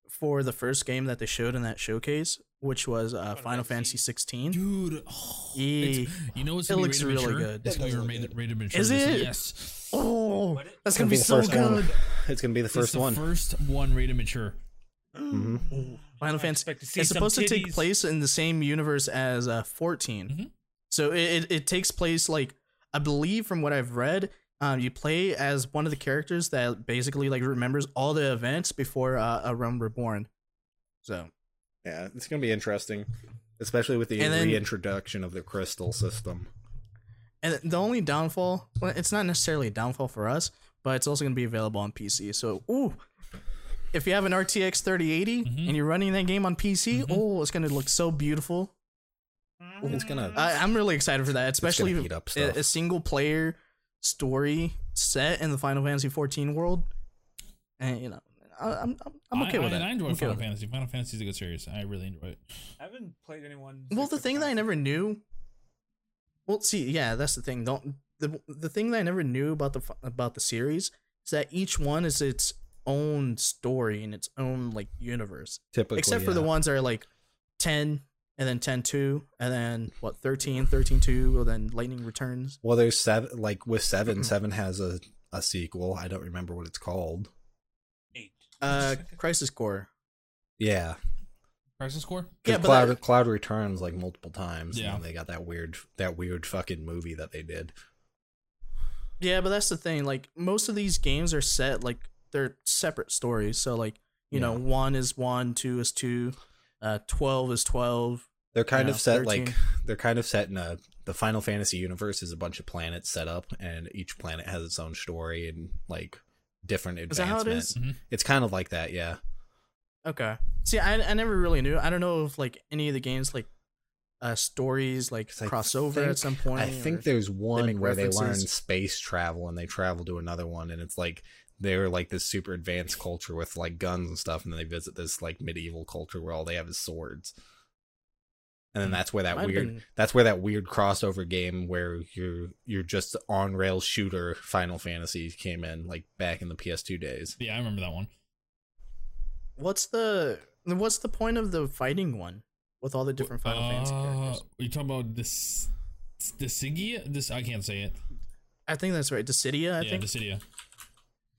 S1: for the first game that they showed in that showcase, which was uh,
S4: Final
S1: Final Fantasy
S4: Fantasy.
S1: 16.
S2: Dude, oh,
S1: Yeah.
S2: it's- you know what's
S1: It
S2: gonna be
S1: looks
S2: rated
S1: really
S2: mature?
S1: good.
S2: It's
S5: It
S2: gonna be
S5: does look
S2: rated,
S5: good.
S2: rated mature.
S1: Is
S2: This
S1: it?
S2: Yes,
S1: Oh,
S4: What?
S1: that's gonna
S5: It's gonna
S1: be
S5: be the
S1: so
S5: first one.
S1: good.
S5: it's going to be the
S2: It's
S5: first
S2: the
S5: one.
S2: First one rated mature.
S5: Mhm.
S1: Ooh, Mm-hmm. Final
S4: I
S1: Fantasy.
S4: expect to see
S1: It's
S4: some
S1: supposed to take
S4: titties. Mm-hmm.
S1: place in the same universe as uh, 14.
S2: Mhm.
S1: So it, it, it takes place, like, I believe from what I've read, um, you play as one of the characters that basically, like, remembers all the events before uh, A Realm Reborn. So,
S5: Yeah, it's going to be interesting, especially with the
S1: And then-
S5: reintroduction of the crystal system.
S1: and the only downfall, well, it's not necessarily a downfall for us, but it's also going to be available on PC. So, ooh. If you have an RTX 3080
S2: Mhm.
S1: and you're running that game on PC,
S2: Mhm.
S1: oh, it's going to look so beautiful.
S5: It's going to
S1: I, I'm really excited for that, especially
S5: heat up
S1: a,
S5: stuff.
S1: a single player story set in the Final Fantasy 14 world. And you know, I, I'm I'm- I'm okay
S2: I,
S1: with
S2: I,
S1: that.
S2: I enjoy
S1: I'm okay
S2: Final
S1: with it.
S2: Fantasy. Final Fantasy is a good series. I really enjoy it.
S4: I haven't played anyone.
S1: Well, the thing that I never knew. Well, see, yeah, that's the thing. Don't the the thing that I never knew about the fi- about the series is that each one is its own story and its own like universe.
S5: typically, uh,
S1: Except for the
S5: yeah.
S1: ones that are like 10 and then 10 2 and then what 13 13 2 and then lightning returns
S5: Well, there's seven. Like with seven, seven has a a sequel. I don't remember what it's called.
S4: Eight.
S1: uh crisis core
S5: Yeah, 'cause
S2: Crisis Core.
S1: Yeah, but
S5: Cloud
S1: that-
S5: Cloud returns like multiple times.
S2: Yeah.
S5: and then they got that weird that weird fucking movie that they did.
S1: Yeah, but that's the thing. Like most of these games are set like they're separate stories. So like you know,
S5: Yeah.
S1: one is one, two is two, uh, twelve is twelve.
S5: They're kind
S1: Yeah,
S5: of set
S1: 13.
S5: like they're kind of set in a the Final Fantasy universe is a bunch of planets set up, and each planet has its own story and like different
S1: Is that how
S5: advancement.
S1: it is?
S2: Mhm.
S5: It's kind of like that, yeah.
S1: Okay. See, I I never really knew. I don't know if like any of the games like uh stories like
S5: 'Cause I
S1: cross over
S5: think-
S1: at some point.
S5: I
S1: or-
S5: think there's one
S1: make
S5: where they learn
S1: references.
S5: space travel and they travel to another one, and it's like they're like this super advanced culture with like guns and stuff, and then they visit this like medieval culture where all they have is swords. And then that's where that
S1: Might've
S5: weird
S1: Hmm. been-
S5: that's where that weird crossover game where you're you're just on rail shooter Final Fantasy came in like back in the PS2 days.
S2: Yeah, I remember that one.
S1: what's the what's the point of the fighting one with all the different Final Fantasy characters?
S2: Uh, You talking about this? Dissidia? This I can't say it.
S1: I think that's right. Dissidia. I
S2: yeah,
S1: think
S2: Dissidia.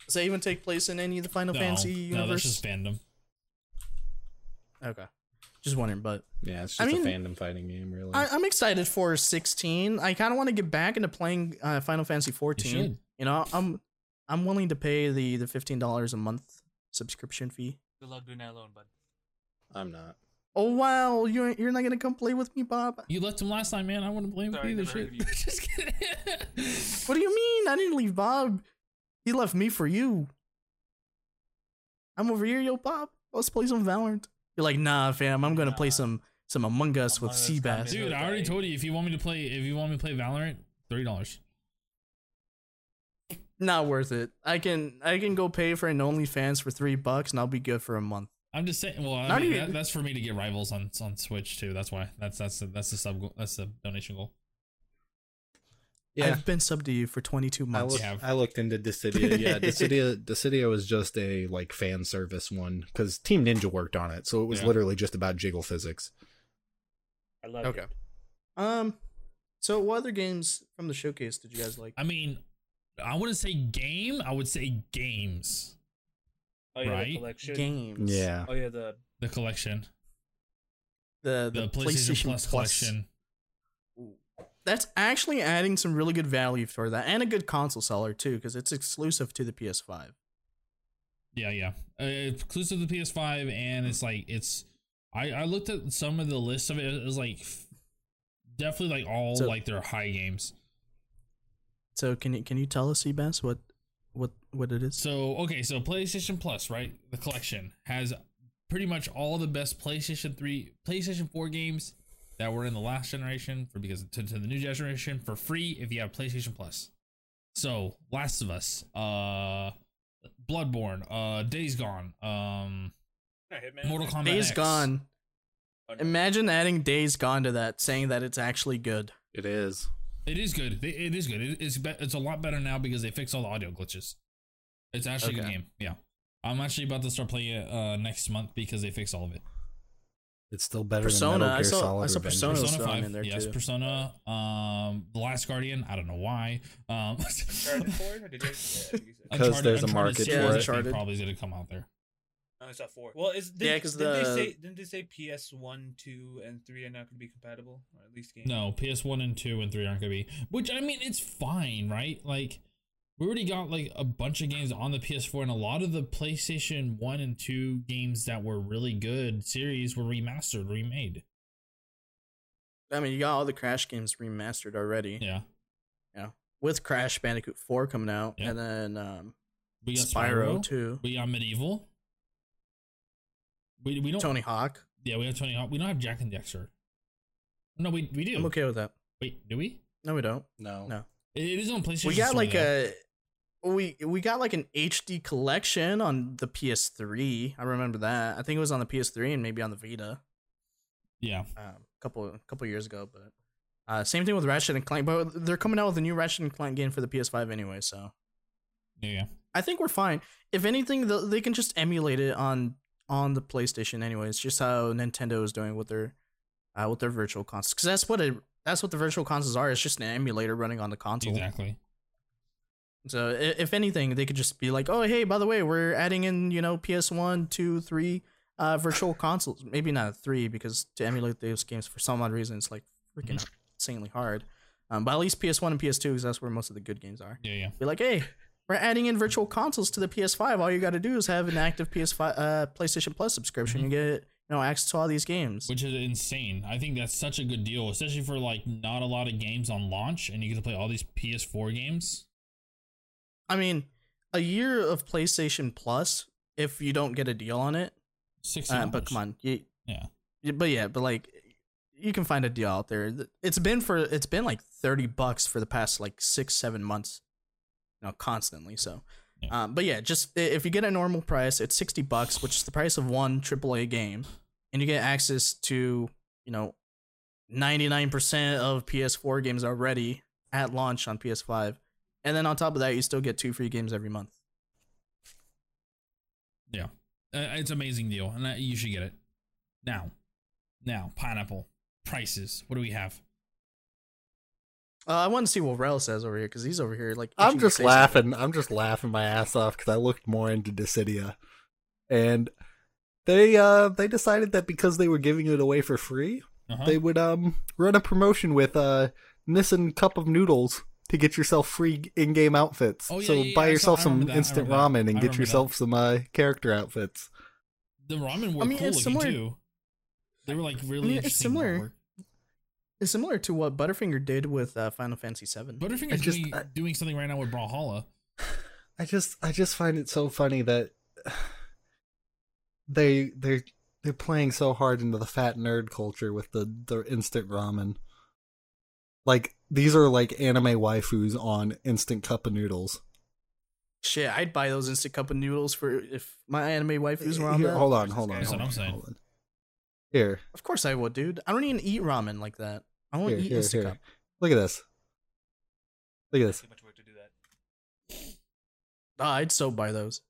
S1: does that even take place in any of the Final
S2: no,
S1: Fantasy
S2: no, that's
S1: universe?
S2: just fandom.
S1: Okay, just wondering, but.
S5: Yeah, it's
S1: I
S5: just a
S1: mean,
S5: fandom fighting game, really.
S1: I, I'm excited for 16. I kind of want to get back into playing uh, Final Fantasy 14.
S2: You
S1: You,
S2: should.
S1: know, I'm I'm willing to pay the the fifteen dollars a month subscription fee.
S4: Good luck doing that alone, bud.
S5: I'm not.
S1: Oh wow, you're you're not gonna come play with me, Bob?
S2: You left him last time, man. I wouldn't blame
S4: Sorry,
S2: you either.
S4: never heard
S2: Shit.
S4: of you.
S2: just kidding.
S1: What do you mean? I didn't leave Bob. He left me for you. I'm over here, yo, Bob. Let's play some Valorant. You're like, nah, fam. I'm gonna play
S4: Nah.
S1: some some Among Us with
S4: Among Us combat.
S1: Seabass.
S2: Dude, I already told you if you want me to play, if you want me to play Valorant, thirty dollars.
S1: Not worth it. I can I can go pay for an OnlyFans for three bucks and I'll be good for a month.
S2: I'm just saying. Well, I
S1: Not
S2: mean,
S1: even-
S2: that, that's for me to get rivals on on Switch too. That's why. That's that's the, that's the sub. Goal, that's the donation goal.
S5: Yeah.
S1: I've been sub to you for 22
S5: I,
S1: months.
S5: look,
S2: have.
S5: I looked into Dissidia. Yeah, Dissidia, Dissidia was just a like fan service one because Team Ninja worked on it, so it was
S2: Yeah.
S5: literally just about jiggle physics.
S4: I love
S1: Okay.
S4: it.
S1: Um, so what other games from the showcase did you guys like?
S2: I mean, I wouldn't say game. I would say games.
S4: Oh yeah,
S2: Right?
S4: the collection.
S1: games.
S5: Yeah.
S4: Oh yeah, the
S2: The collection,
S1: The,
S2: the, PlayStation, Plus collection.
S1: That's actually adding some really good value for that and a good console seller too because it's exclusive to the PS5.
S2: Yeah, yeah. Uh, it's exclusive to PS5, and it's like it's. I I looked at some of the list of it. It was like f- definitely like all
S1: So-
S2: like their high games.
S1: So can you can you tell us, Seabass, what what what it is?
S2: So okay, so PlayStation Plus, right? The collection has pretty much all the best PlayStation 3, PlayStation 4 games that were in the last generation for because to, to the new generation for free if you have PlayStation Plus. So Last of Us, uh Bloodborne, uh Days Gone, um
S4: not Hitman.
S2: Mortal Kombat.
S1: Days
S2: X.
S1: Gone.
S4: Oh, no.
S1: Imagine adding Days Gone to that, saying that it's actually good.
S5: It is.
S2: It is good. It- It is good. It- It's be- it's a lot better now because they fixed all the audio glitches. It's actually a good
S5: Okay.
S2: game. Yeah. I'm actually about to start playing it uh, next month because they fixed all of it.
S5: It's still better
S1: Persona,
S5: than Metal
S1: I
S5: Gear
S1: saw-
S5: Solid
S1: I saw
S5: Revenge.
S1: Persona was
S2: Persona
S1: thrown
S2: Five,
S1: in there,
S2: yes.
S1: too.
S2: Persona, um, The Last Guardian. I don't know why. Um,
S4: Uncharted four? Or did you- yeah, I think you said-
S5: Because
S2: Uncharted-
S5: there's a
S2: Uncharted
S5: market
S2: series,
S1: for
S2: I
S1: it.
S2: think,
S1: Uncharted.
S2: probably is gonna come out there.
S4: No, it's not Oh, four. Well, is did,
S1: Yeah,
S4: yeah,
S1: 'cause
S4: didn't they
S1: the-
S4: say didn't they say PS one, two, and three are not going to be compatible, or at least games?
S2: No, PS One and Two and Three aren't gonna be. Which I mean, it's fine, right? Like we already got like a bunch of games on the PS4, and a lot of the PlayStation One and Two games that were really good series were remastered, remade.
S1: I mean, you got all the Crash games remastered already.
S2: Yeah,
S1: With Crash Bandicoot 4 coming out,
S2: Yeah.
S1: and then um,
S2: we got
S1: Spyro,
S2: Spyro.
S1: too,
S2: We got Medieval. We we don't.
S1: Tony Hawk.
S2: Yeah, we have Tony Hawk. We don't have Jack and Dexter. No, we we do.
S1: I'm okay with that.
S2: Wait, do we?
S1: No, we don't.
S5: No.
S1: No.
S2: It it is on PlayStation.
S1: we got
S2: Store,
S1: like
S2: though.
S1: a we we got like an HD collection on the PS3. I remember that. I think it was on the PS3 and maybe on the Vita
S2: yeah.
S1: um, a couple a couple years ago. But uh, same thing with Ratchet and Clank. But they're coming out with a new Ratchet and Clank game for the PS5 anyway. So
S2: yeah, yeah.
S1: I think we're fine. If anything, th- they can just emulate it on on the PlayStation anyway. It's just how Nintendo is doing with their uh, with their virtual consoles because that's what it that's what the virtual consoles are. It's just an emulator running on the console.
S2: Exactly.
S1: So i- if anything, they could just be like, "Oh, hey, by the way, we're adding in you know PS1, two, three, uh, virtual consoles. Maybe not three because to emulate those games for some odd reason it's like freaking insanely hard. Um, but at least PS1 and PS2 because that's where most of the good games are.
S2: Yeah, yeah.
S1: Be like, hey, we're adding in virtual consoles to the PS5. All you got to do is have an active PS5, uh, PlayStation Plus subscription. You get you know access to all these games.
S2: Which is insane. I think that's such a good deal, especially for like not a lot of games on launch, and you get to play all these PS4 games.
S1: I mean, a year of PlayStation Plus if you don't get a deal on it.
S2: Sixty.
S1: Uh, but come on, you,
S2: Yeah.
S1: Yeah, but yeah, but like you can find a deal out there. Th- It's been for it's been like thirty bucks for the past like six seven months, you know, constantly. So,
S2: Yeah.
S1: Um, but yeah, just i- if you get a normal price, it's sixty bucks, which is the price of one AAA game, and you get access to you know ninety nine percent of PS4 games already at launch on PS5, and then on top of that, you still get two free games every month.
S2: Yeah, uh, it's an amazing deal, and uh, you should get it now. Now, pineapple prices. What do we have?
S1: Uh, I want to see what Rel says over here because he's over here like
S5: I'm
S1: itching to
S5: just
S1: say something.
S5: laughing. I'm just laughing my ass off because I looked more into Dissidia, and they uh they decided that because they were giving it away for free,
S2: Uh-huh.
S5: they would um run a promotion with uh Nissan cup of noodles to get yourself free in-game outfits.
S2: Oh, yeah,
S5: so
S2: yeah, yeah, I
S5: buy
S2: saw-
S5: yourself
S2: I
S5: some
S2: remember that, I
S5: instant
S2: remember that.
S5: ramen and
S2: I
S5: get
S2: remember
S5: yourself some uh character outfits.
S2: the ramen were
S1: I mean,
S2: cool
S1: it's
S2: looking
S1: similar-
S2: too. They were like really
S1: I mean, it's
S2: interesting
S1: similar.
S2: artwork.
S1: It's similar to what Butterfinger did with uh, Final Fantasy VII.
S2: Butterfinger's
S5: I just-
S2: doing,
S1: uh,
S5: I-
S2: doing something right now with Brawlhalla.
S5: I just I just find it so funny that they they they're playing so hard into the fat nerd culture with the the instant ramen. Like these are like anime waifus on instant cup of noodles.
S1: Shit, I'd buy those instant cup of noodles for if my anime waifus were on
S5: Here,
S1: that.
S5: hold on, hold on,
S4: That's
S5: hold
S2: what I'm
S5: on,
S2: saying.
S5: hold on. Here,
S1: Of course I would, dude. I don't even eat ramen like that. I won't
S5: here,
S1: eat
S5: here,
S1: instant
S5: here.
S1: cup.
S5: Look at this. Look at this.
S4: Too much work to do that.
S1: Ah, I'd so buy those.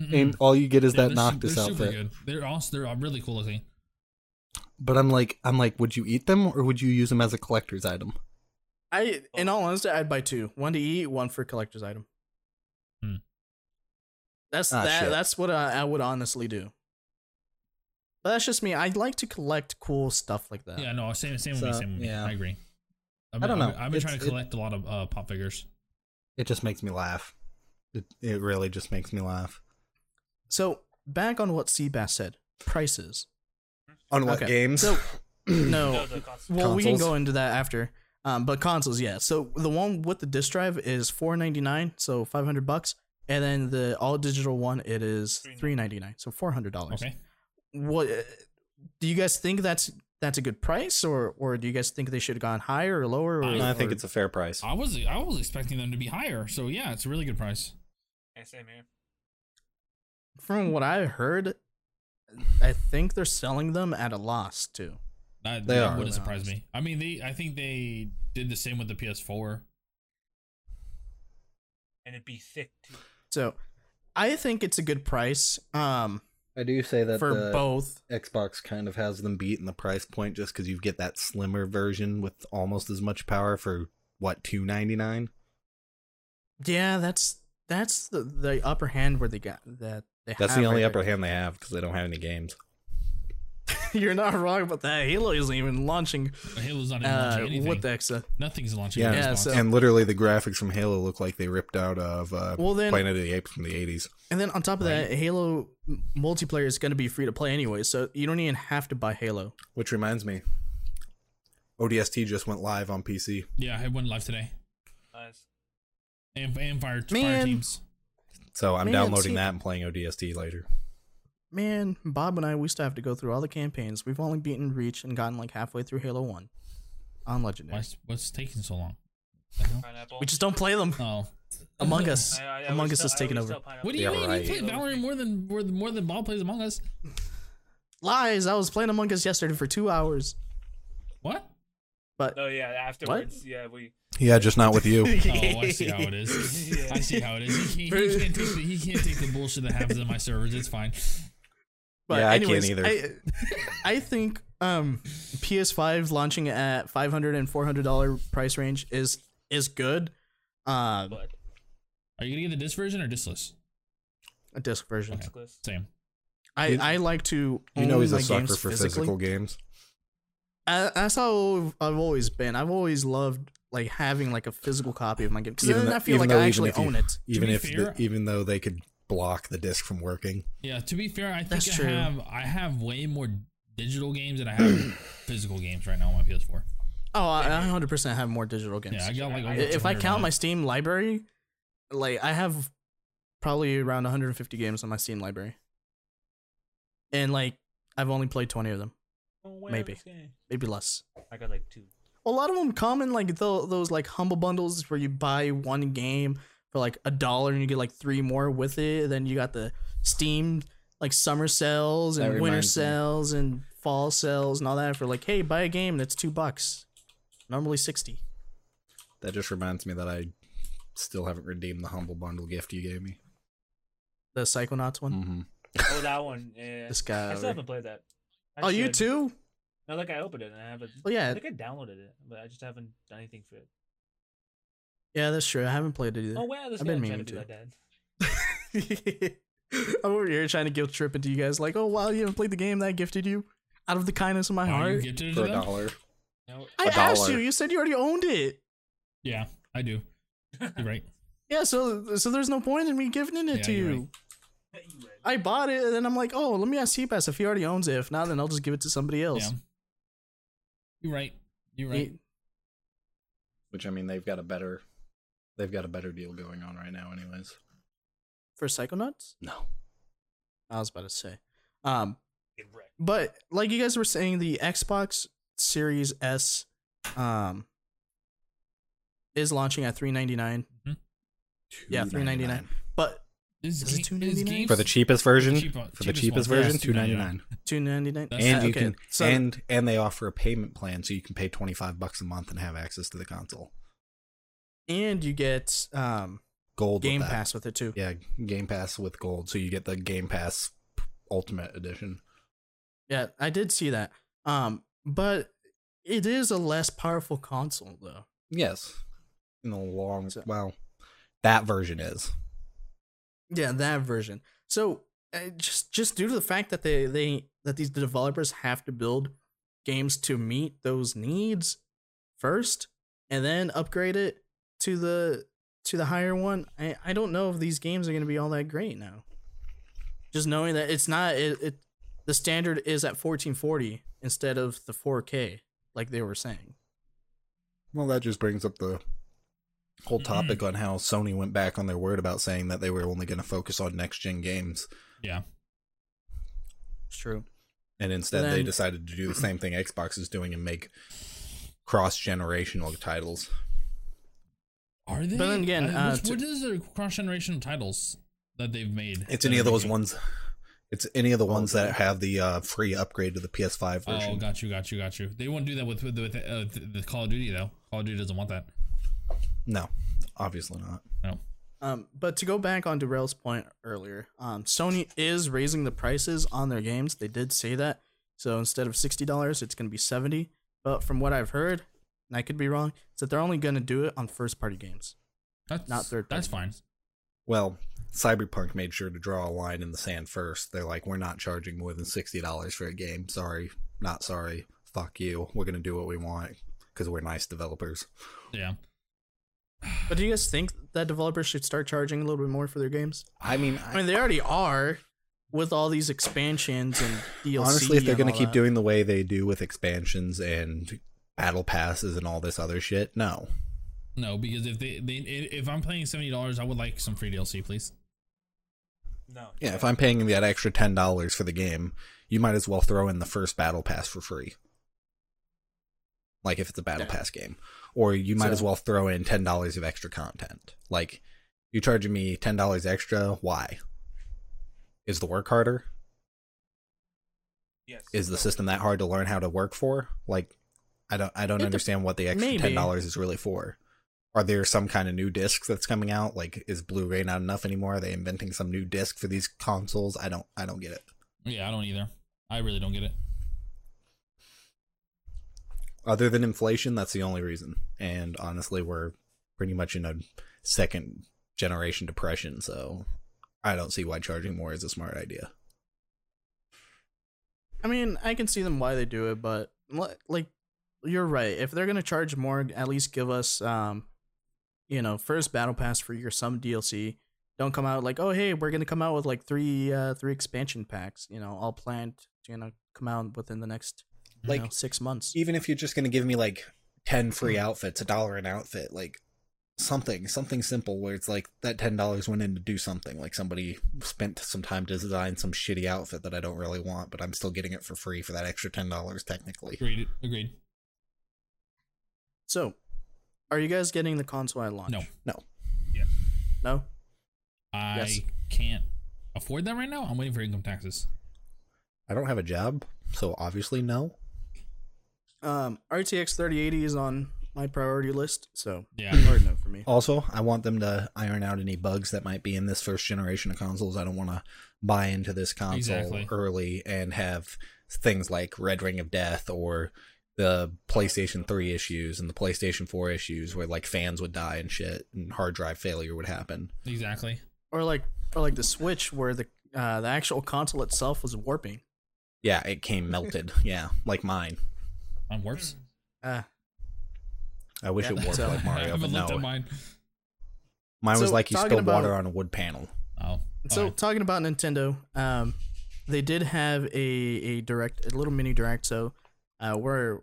S2: Mm-mm.
S5: And all you get is
S2: Yeah,
S5: that
S2: Hmm. they're su-
S5: Noctis
S2: they're
S5: outfit.
S2: Super good. They're also they're really cool looking.
S5: But I'm like, I'm like, would you eat them or would you use them as a collector's item?
S1: I, in all honesty, I'd buy two: one to eat, one for collector's item. That's
S5: Ah,
S1: that.
S5: shit.
S1: That's what I, I would honestly do. But that's just me. I like to collect cool stuff like that.
S2: Yeah, no, same same with
S5: So,
S2: me, same with
S5: yeah.
S2: me. I agree. I've
S5: I
S2: been-
S5: don't know.
S2: I've, been- I've been trying to
S5: It's- it-
S2: collect a lot of uh, pop figures.
S5: It just makes me laugh. It, it really just makes me laugh.
S1: So back on what Seabass said, prices.
S5: On what
S1: Okay.
S5: games?
S1: So no,
S4: No, the cost.
S1: well we can
S5: Consoles?
S1: go into that after. Um, but consoles, yeah. So the one with the disc drive is four ninety nine, so five hundred bucks, and then the all digital one it is three ninety nine, so four hundred dollars.
S2: Okay.
S1: What uh, do you guys think that's that's a good price, or or do you guys think they should have gone higher or lower? Or,
S2: I-
S5: I think
S1: or-
S5: it's a fair price.
S2: I was I was expecting them to be higher, so yeah, it's a really good price.
S4: Yeah, same here.
S1: from what I heard, I think they're selling them at a loss too.
S2: That,
S5: They
S2: that
S5: are.
S2: wouldn't surprise me. I mean, they I think they did the same with the PS4.
S4: And it'd be thick too.
S1: So I think it's a good price um
S5: I do say that
S1: for
S5: the
S1: both.
S5: Xbox kind of has them beat in the price point just because you get that slimmer version with almost as much power for what two ninety nine.
S1: Yeah, that's that's the, the upper hand where they got that they
S5: That's
S1: have
S5: the only
S1: right
S5: upper hand they have because they don't have any games.
S1: there. You're not wrong about that. Halo isn't even launching
S2: Halo's not even
S1: uh
S2: launching anything.
S1: what the heck's that?
S2: Nothing's launching.
S5: Yeah.
S2: on
S1: Yeah,
S2: Xbox.
S1: so-
S5: And literally, the graphics from Halo look like they ripped out of uh,
S1: Well then
S5: Planet of the Apes from the eighties.
S1: and then on top of that, Halo m- multiplayer is going to be free to play anyway, so you don't even have to buy Halo.
S5: Which reminds me, ODST just went live on PC.
S2: yeah, I went live today.
S4: Nice.
S2: And, and fire, fire
S1: Man.
S2: teams.
S5: So I'm
S1: Man,
S5: downloading
S1: see-
S5: that and playing ODST later.
S1: Man, Bob and I we used to have to go through all the campaigns. We've only beaten Reach and gotten like halfway through Halo 1 on legendary.
S2: Why's, what's taking so long?
S4: Pineapple.
S1: We just don't play them.
S2: Oh,
S1: Among Us.
S4: I- I- I
S1: Among
S4: always
S1: Us
S4: tell-
S1: is
S4: I
S1: taken
S4: always
S1: over.
S4: tell
S2: What do you
S5: Yeah,
S4: Pineapple.
S2: mean?
S5: right.
S2: You played Valorant more than more, than- more than Bob plays Among Us.
S1: Lies. I was playing Among Us yesterday for two hours.
S2: What?
S1: But
S4: No, Oh, yeah. Afterwards, yeah, we.
S5: Yeah, just not with you.
S2: Oh, I see how it is.
S4: Yeah.
S2: I see how it is. He, can't- he can't take the, he can't take the bullshit that happens in my servers. It's fine.
S1: But
S5: Yeah, I can't
S1: anyways,
S5: either.
S1: I, I think um, PS5 launching at 500 and 400 dollar price range is is good. Um,
S4: But
S2: Are you gonna get the disc version or discless?
S1: a disc version.
S2: Okay. Same.
S1: I,
S5: You-
S1: I like to own
S5: You know he's
S1: my
S5: a sucker
S1: games
S5: for
S1: physically.
S5: physical games.
S1: I, that's how I've always been. I've always loved like having like a physical copy of my game because
S5: Even
S1: then
S5: though-
S1: I feel
S5: even
S1: like
S5: though
S1: I
S5: even
S1: actually
S5: if you-
S1: own it.
S5: even
S2: be
S5: if
S2: fair-
S5: the, even though they could block the disc from working.
S2: Yeah. To be fair, I think
S1: That's
S2: I
S1: true.
S2: have I have way more digital games than I have physical games right now on my PS4.
S1: Oh, I, I 100% have more digital games.
S2: Yeah, I got like over
S1: I- if I
S2: 200
S1: count
S2: on
S1: my
S2: it.
S1: Steam library, like I have probably around 150 games on my Steam library, and like I've only played 20 of them, Maybe. maybe less.
S4: I got like two.
S1: A lot of them come in like tho- those like humble bundles where you buy one game for like a dollar and you get like three more with it. Then you got the Steam like summer sales
S5: That
S1: and winter
S5: reminds me.
S1: sales and fall sales and all that for like hey buy a game that's two bucks, normally sixty.
S5: That just reminds me that I still haven't redeemed the humble bundle gift you gave me.
S1: The Psychonauts one.
S5: Mm-hmm.
S4: Oh, that one. Yeah.
S1: This guy.
S4: I
S1: over-
S4: still haven't played that. I
S1: oh, you
S4: should.
S1: too?
S4: No, like I opened it and I haven't.
S1: Oh yeah,
S4: I think I downloaded it, but I just haven't done anything for it.
S1: Yeah, that's true. I haven't played it
S4: Oh
S1: either.
S4: wow, this
S1: I've
S4: guy
S1: been
S4: trying
S1: meaning
S4: to be
S1: to.
S4: like that.
S1: I'm over here trying to guilt trip into you guys, like, oh wow, you haven't played the game that I gifted you out of the kindness of my
S2: Are you
S1: heart.
S2: gifted it to
S5: For a
S2: them?
S5: dollar.
S4: No,
S1: I
S5: A
S1: asked
S5: dollar.
S1: you. You said you already owned it.
S2: Yeah, I do. You're right.
S1: Yeah, so so there's no point in me giving it
S2: Yeah,
S1: to
S2: you're
S1: you. I bought it, and then I'm like, oh, let me ask Seabass if he already owns it. If not, then I'll just give it to somebody
S2: Yeah.
S1: else. Eh,
S2: You're right. You're right.
S1: He-
S5: Which I mean, they've got a better, they've got a better deal going on right now, anyways.
S1: for Psychonauts,
S5: No,
S1: I was about to say. Um,
S4: Get wrecked.
S1: but like you guys were saying the xbox series s um is launching at 399 Yeah, $3.99. but
S2: Is,
S1: Is it
S2: ga-
S1: $2.99?
S2: games-
S5: for the cheapest version.
S2: cheap-
S5: for the
S2: cheapest
S5: cheapest
S2: one, yeah,
S5: version,
S2: it's
S5: two ninety nine.
S1: $2.99
S2: That's-
S5: And
S1: Uh,
S5: you
S1: okay,
S5: can
S1: so-
S5: and and they offer a payment plan, so you can pay twenty five bucks a month and have access to the console.
S1: and you get um
S5: Gold with
S1: game
S5: that.
S1: pass with it too
S5: Yeah, Game Pass with gold, so you get the Game Pass Ultimate Edition.
S1: yeah i did see that um but it is a less powerful console though
S5: Yes, in the long
S1: So-
S5: well, that version is.
S1: Yeah, that version. So uh, just just due to the fact that they they that these developers have to build games to meet those needs first, and then upgrade it to the to the higher one. I I don't know if these games are going to be all that great now. Just knowing that it's not it, it the standard is at 1440 instead of the 4K like they were saying.
S5: Well, that just brings up the whole
S2: Mm-hmm.
S5: topic on how Sony went back on their word about saying that they were only going to focus on next gen games,
S2: Yeah.
S1: It's true.
S5: and instead
S1: And
S5: they
S1: then-
S5: decided to do the same thing Xbox is doing and make cross generational titles.
S2: Are they?
S1: then again,
S2: I-
S1: uh,
S2: what's-
S1: to-
S2: what is the cross generation titles that they've made?
S5: It's
S2: that
S5: any
S2: are
S5: of those
S2: making-
S5: ones. It's any of the ones that have the uh, free upgrade to the PS5
S2: Oh,
S5: version.
S2: got you, got you, got you. They won't do that with with, with uh, the, the Call of Duty though. Call of Duty doesn't want that.
S5: no, obviously not.
S2: No.
S1: Um, but to go back on Darrell's point earlier, um, Sony is raising the prices on their games. They did say that. So instead of sixty dollars, it's going to be seventy. But from what I've heard, and I could be wrong, is that they're only going to do it on first party games.
S2: That's
S1: Not third
S2: That's
S1: party.
S2: fine.
S5: Well, Cyberpunk made sure to draw a line in the sand first. They're like, we're not charging more than sixty dollars for a game. Sorry, not sorry. Fuck you. We're gonna do what we want because we're nice developers.
S2: Yeah.
S1: But do you guys think that developers should start charging a little bit more for their games?
S5: I mean,
S1: I mean, they already are with all these expansions and DLC.
S5: honestly, if they're
S1: going
S5: gonna
S1: to
S5: keep doing the way they do with expansions and battle passes and all this other shit, no.
S2: No, because if they, they i- if I'm playing seventy dollars, I would like some free DLC, please.
S4: No.
S5: Yeah, if I'm paying that extra ten dollars for the game, you might as well throw in the first battle pass for free. Like if it's a battle
S1: Yeah.
S5: pass game, or you might as
S1: So-
S5: well throw in ten dollars of extra content. Like you're charging me ten dollars extra. Why? Is the work harder?
S4: Yes.
S5: Is the system that hard to learn how to work for? Like I don't I don't
S1: It dep-
S5: understand what the extra
S1: maybe.
S5: ten dollars is really for. Are there some kind of new disc that's coming out? Like is Blu-ray not enough anymore? Are they inventing some new disc for these consoles? I don't I don't get it.
S2: Yeah, I don't either. I really don't get it.
S5: other than inflation, that's the only reason. And honestly, we're pretty much in a second generation depression, so I don't see why charging more is a smart idea.
S1: I mean, I can see them why they do it, but li- like you're right. If they're gonna charge more, at least give us um, you know, first battle pass for your some DLC. Don't come out like, oh hey, we're gonna come out with like three uh three expansion packs, you know, all planned, you know, come out within the next you
S5: Like-
S1: know, six months.
S5: Even if you're just going to give me like 10 free outfits, a dollar an outfit, like something, something simple where it's like that $10 went in to do something. Like somebody spent some time to design some shitty outfit that I don't really want, but I'm still getting it for free for that extra $10 technically.
S2: Agreed. Agreed.
S1: So are you guys getting the console at launch?
S2: No,
S5: No.
S1: No?
S2: I
S1: Yes.
S2: can't afford that right now. I'm waiting for income taxes.
S5: I don't have a job, so obviously no.
S1: Um RTX thirty eighty is on my priority list, so
S2: Yeah.
S1: hard no for me.
S5: Also, I want them to iron out any bugs that might be in this first generation of consoles. I don't want to buy into this console
S2: Exactly.
S5: early and have things like Red Ring of Death or the PlayStation 3 issues and the PlayStation 4 issues where like fans would die and shit and hard drive failure would happen.
S2: Exactly.
S1: Or like or like the Switch where the uh, the actual console itself was warping.
S5: Yeah, it came melted. yeah, like mine.
S2: Mine warps.
S1: Uh,
S5: I wish
S1: Yeah,
S5: it worked
S1: so-
S5: like
S2: I
S5: Mario,
S2: haven't
S5: but
S2: looked at
S5: no.
S2: mine.
S5: Mine was
S1: So,
S5: like you
S1: talking
S5: spilled water
S1: about-
S5: on a wood panel.
S2: Oh.
S1: So
S2: okay.
S1: talking about Nintendo, um, they did have a, a direct, a little mini direct. So uh, we're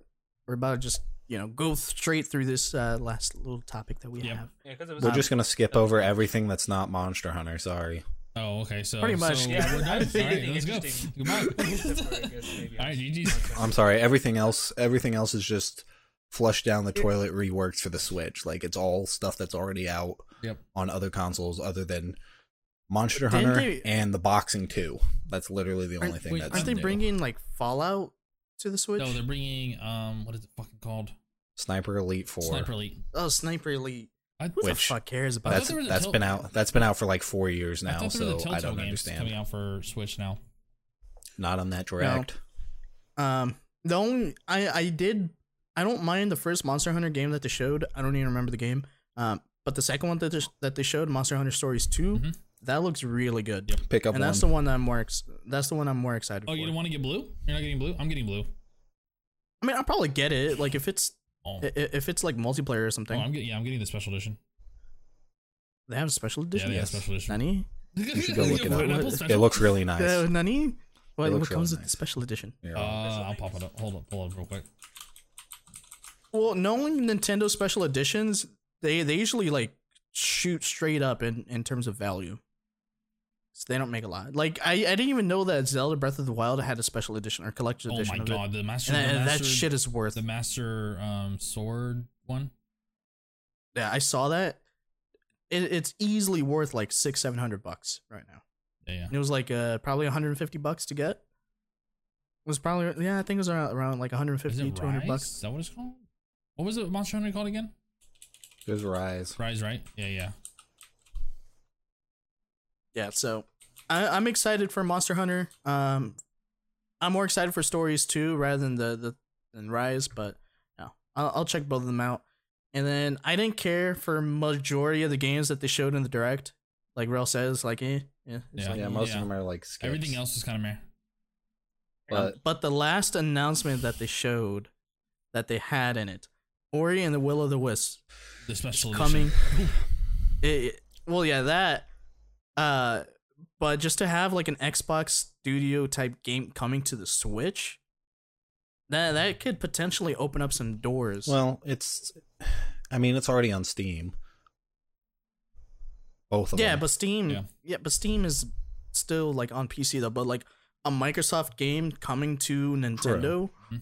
S1: we're about to just you know go straight through this uh, last little topic that we
S2: Yep.
S1: have.
S4: Yeah, because it was.
S5: We're just going to skip over everything that's not Monster Hunter, sorry.
S2: Oh, okay. So
S1: Pretty much,
S2: So
S4: yeah,
S2: we're
S4: I
S2: done.
S4: was
S2: All
S4: thinking
S2: right, let's go.
S4: interesting.
S2: Goodbye.
S4: Except for, I guess, maybe-
S2: All right, GG's.
S5: I'm sorry. Everything else, everything else is just flushed down the toilet, reworked for the Switch. Like it's all stuff that's already out
S2: Yep.
S5: on other consoles, other than Monster
S1: Didn't
S5: Hunter
S1: they-
S5: and the Boxing Two. That's literally the
S1: Aren't-
S5: only thing
S2: wait,
S5: that's
S1: Aren't they
S5: new.
S1: bringing like Fallout to the Switch?
S2: No, they're bringing um, what is it fucking called?
S5: Sniper Elite Four.
S2: Sniper Elite.
S1: oh, Sniper Elite.
S2: I,
S1: Who
S5: Which-
S1: the fuck cares about
S5: That's
S1: that?
S2: there was a
S5: that's
S2: Tel-
S5: been out. That's been out for like four years
S2: I
S5: now.
S2: thought there were
S5: So
S2: the
S5: I
S2: Telltale
S5: don't
S2: games coming
S5: understand.
S2: out for Switch now.
S5: Not on that direct.
S1: Um, the only I I did I don't mind the first Monster Hunter game that they showed. I don't even remember the game. Um, but the second one that they, that they showed, Monster Hunter Stories 2
S2: Mhm.
S1: That looks really good.
S2: Yep.
S5: Pick up
S1: And
S5: one.
S1: that's the one that I'm more ex- that's the one I'm more excited
S2: Oh,
S1: for.
S2: you don't want to get blue? You're not getting blue? I'm getting blue.
S1: I mean, I'll probably get it. Like if it's
S2: Oh,
S1: i- i- if it's like multiplayer or
S2: Oh,
S1: something.
S2: I'm getting yeah, I'm getting the special edition.
S1: they have a special edition.
S2: yeah, they have
S5: yes.
S2: special edition.
S1: Nani?
S2: You
S5: should go look it up.
S2: Pineapple
S5: it
S2: special?
S5: looks really nice.
S1: Uh, Nani? What,
S5: looks
S1: what comes
S5: really
S1: with the
S5: nice.
S1: special edition?
S5: Here,
S2: Uh,
S5: I'll-
S2: I'll pop it up. Hold up, hold up, real quick.
S1: Well, knowing Nintendo special editions, they they usually like shoot straight up in in terms of value. So they don't make a lot. Like I, I didn't even know that Zelda Breath of the Wild had a special edition or collector's
S2: Oh
S1: edition.
S2: my
S1: of it.
S2: god, the master,
S1: And,
S2: the
S1: and
S2: master
S1: that shit is worth.
S2: the master um sword one.
S1: yeah, I saw that. It, it's easily worth like six seven hundred bucks right now.
S2: Yeah,
S1: And
S2: yeah.
S1: it was like uh probably 150 bucks to get. It was probably yeah, I think it was around, around like
S2: Is
S1: 150
S2: it
S1: 200
S2: Rise?
S1: bucks.
S2: Is that what it's called? What was it Monster Hunter called again?
S5: There's Rise.
S2: Rise, right? Yeah, yeah.
S1: Yeah, so I, I'm excited for Monster Hunter. Um, I'm more excited for stories too, rather than the the than Rise, but no, I'll, I'll check both of them out. And then I didn't care for majority of the games that they showed in the direct. Like Rel says, like eh, yeah, it's
S2: Yeah.
S1: like,
S5: Yeah, most
S2: Yeah.
S5: of them are like skips.
S2: Everything else is kind of meh.
S5: But
S1: But the last announcement that they showed that they had in it, Ori and the Will of the Wisp
S2: The special
S1: coming.
S2: edition.
S1: It, it- well, yeah, that. Uh, but just to have like an Xbox Studio type game coming to the Switch, that that could potentially open up some doors.
S5: well, it's. I mean, it's already on Steam. Both of
S1: yeah,
S5: them.
S1: but Steam, yeah.
S2: Yeah.
S1: but Steam is still like on PC though. But like a Microsoft game coming to Nintendo, you
S2: Mhm.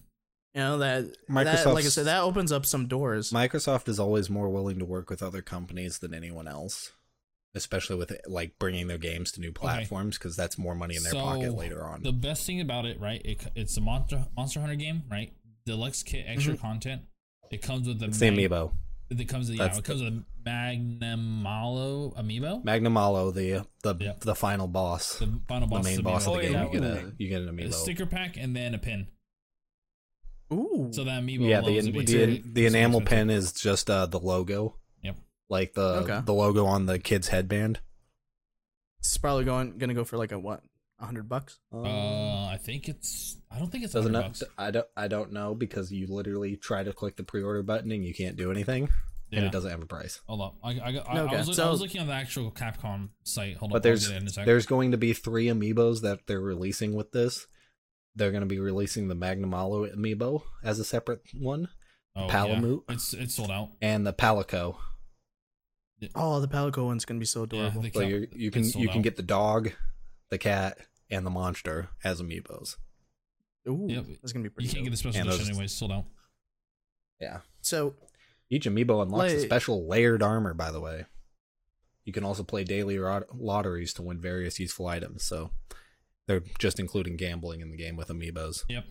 S1: know that that like I
S5: Microsoft's-
S1: said, that opens up some doors.
S5: Microsoft is always more willing to work with other companies than anyone else, especially with like bringing their games to new platforms because that's more money in their
S2: So,
S5: pocket later on.
S2: The best thing about it, right? It, it's a monster Monster Hunter game, right? Deluxe kit, extra content. It comes with the
S5: it's the
S2: mag-
S5: Mm-hmm. amiibo,
S2: It comes with yeah,
S5: That's
S2: it comes with a Magnum Malo amiibo.
S5: Magnum Malo, the the
S2: Yeah.
S5: the final boss, the,
S2: the final boss,
S5: main
S2: is
S5: boss of
S2: amiibo.
S5: the
S4: Oh, yeah, that
S5: game. you get
S4: one.
S5: a you get an
S2: a
S5: amiibo.
S2: sticker pack and then a pin.
S1: Ooh,
S2: So that amiibo.
S5: yeah, the
S2: allows
S5: the,
S2: me to-
S5: the,
S2: it's
S5: enamel
S2: expensive.
S5: pin is just uh, the logo.
S2: Yep.
S5: Like the
S1: Okay.
S5: the logo on the kid's headband.
S1: it's probably going gonna go for like a what, a hundred bucks.
S2: Uh, I think it's. I don't think it's.
S5: doesn't
S2: 100
S5: it,
S2: bucks.
S5: I don't I don't know because you literally try to click the pre-order button and you can't do anything and
S2: Yeah.
S5: it doesn't have a price.
S2: Hold up. I, I, I,
S1: Okay,
S2: I, was, look-
S1: so-
S2: I was looking on the actual Capcom site. Hold up.
S5: But there's
S2: I'll get it in a sec.
S5: there's going to be three amiibos that they're releasing with this. They're going to be releasing the Magnamalo amiibo as a separate one,
S2: oh,
S5: Palamoot.
S2: Yeah. It's it's sold out.
S5: and the Palico.
S1: Oh, the Palico one's gonna be so
S2: Yeah,
S1: adorable.
S2: the
S5: So
S2: Cal-
S5: you you
S2: it's
S5: can
S2: sold
S5: you can
S2: out.
S5: get the dog, the cat, and the monster as amiibos.
S1: Ooh,
S2: Yep.
S1: that's gonna be pretty.
S2: You can't
S1: dope.
S2: get the special
S5: And those-
S2: edition anyways. Sold out.
S5: Yeah,
S1: So
S5: each amiibo unlocks a
S1: Like-
S5: special layered armor. By the way, you can also play daily rot- lotteries to win various useful items. So they're just including gambling in the game with amiibos.
S2: Yep.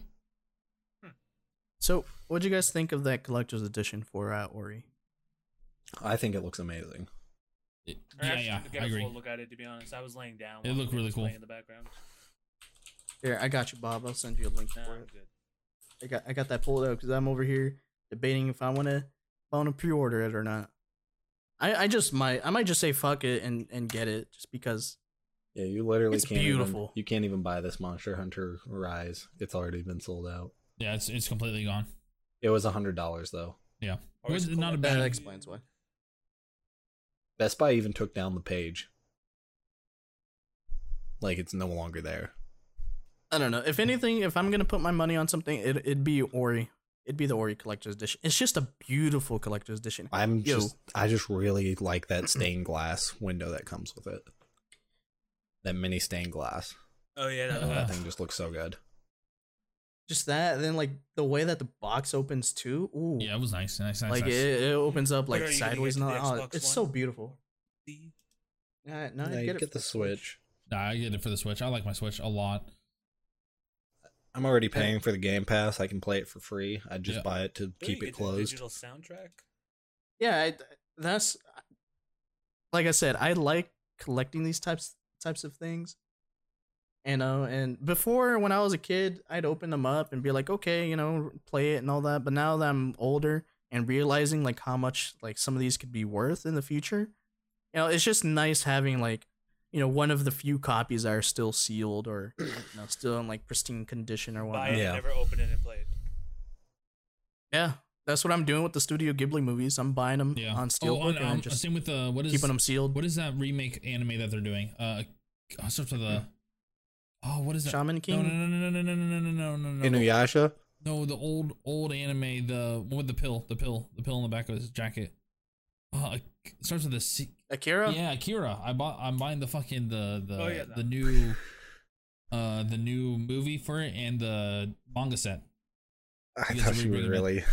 S1: So, what'd you guys think of that collector's edition for uh, Ori?
S5: I think it looks amazing.
S2: It-
S4: I
S2: yeah,
S4: actually
S2: yeah.
S4: didn't
S2: I
S4: get a
S2: agree.
S4: full look at it to be honest. I was laying down.
S2: It
S4: while the
S2: looked
S4: game
S2: really
S4: was
S2: cool.
S4: playing In the background.
S1: Here, I got you, Bob. I'll send you a link
S4: Nah,
S1: for
S4: I'm
S1: it.
S4: good.
S1: I got I got that pulled out because I'm over here debating if I wanna if I wanna pre-order it or not. I I just might I might just say fuck it and and get it just because.
S5: Yeah, you literally
S1: It's
S5: can't
S1: beautiful.
S5: Even, you can't even buy this Monster Hunter Rise. It's already been sold out.
S2: Yeah, it's it's completely gone.
S5: It was a hundred dollars though.
S2: Yeah.
S4: Or it's
S2: Was it not
S4: cool.
S2: a
S1: That
S2: bad.
S1: explains why.
S5: Best Buy even took down the page. Like it's no longer there.
S1: I don't know. If anything, if I'm gonna put my money on something, it it'd be Ori. It'd be the Ori collector's edition. It's just a beautiful collector's edition.
S5: I'm
S1: Yo.
S5: just I just really like that stained glass window that comes with it. That mini stained glass.
S4: Oh yeah, that,
S2: Uh,
S5: That thing just looks so good.
S1: Just that, and then like the way that the box opens too. Ooh,
S2: Yeah, it was nice. Nice, nice,
S1: like
S2: nice.
S1: It, it opens up
S4: But
S1: like
S4: are you gonna
S1: sideways and
S4: get
S1: all.
S4: the
S1: that. Oh,
S4: Xbox
S1: it's
S4: One?
S1: so beautiful.
S4: the-
S1: Yeah, no,
S5: Yeah,
S1: I
S5: you
S1: get it. for
S5: the Switch.
S2: Nah, I get it for the Switch. I like my Switch a lot.
S5: I'm already paying for the Game Pass. I can play it for free. I just
S2: Yeah.
S5: buy it to
S4: Ooh, you
S5: keep
S4: get
S5: it
S4: the
S5: closed.
S4: Digital soundtrack.
S1: Yeah, I, that's uh, like I said. I like collecting these types types of things. You know, and before when I was a kid, I'd open them up and be like, okay, you know, play it and all that. But now that I'm older and realizing like how much like some of these could be worth in the future, you know, it's just nice having like you know one of the few copies that are still sealed or you know still in like pristine condition or
S3: Buy
S1: whatnot.
S3: it,
S5: Yeah.
S3: never open it and play it.
S1: Yeah, that's what I'm doing with the Studio Ghibli movies. I'm buying them
S2: Yeah.
S1: on
S2: oh,
S1: steelbook
S2: on,
S1: and I'm
S2: um,
S1: just
S2: same with uh, what is
S1: keeping them sealed.
S2: what is that remake anime that they're doing? Uh, it starts with the. Oh, what is that?
S1: Hmm. Shaman
S2: No,
S1: King.
S2: no, no, no, no, no, no, no, no, no, no.
S5: Inuyasha.
S2: No, the old old anime, the one with the pill, the pill, the pill in the back of his jacket. Uh, it starts with a C.
S1: Akira.
S2: Yeah, Akira. I bought. I'm buying the fucking the the
S4: Oh, yeah,
S2: the
S4: that.
S2: new, uh, the new movie for it and the manga set.
S5: I
S2: You guys
S5: thought
S2: are
S5: you were
S2: rebooting it.
S5: really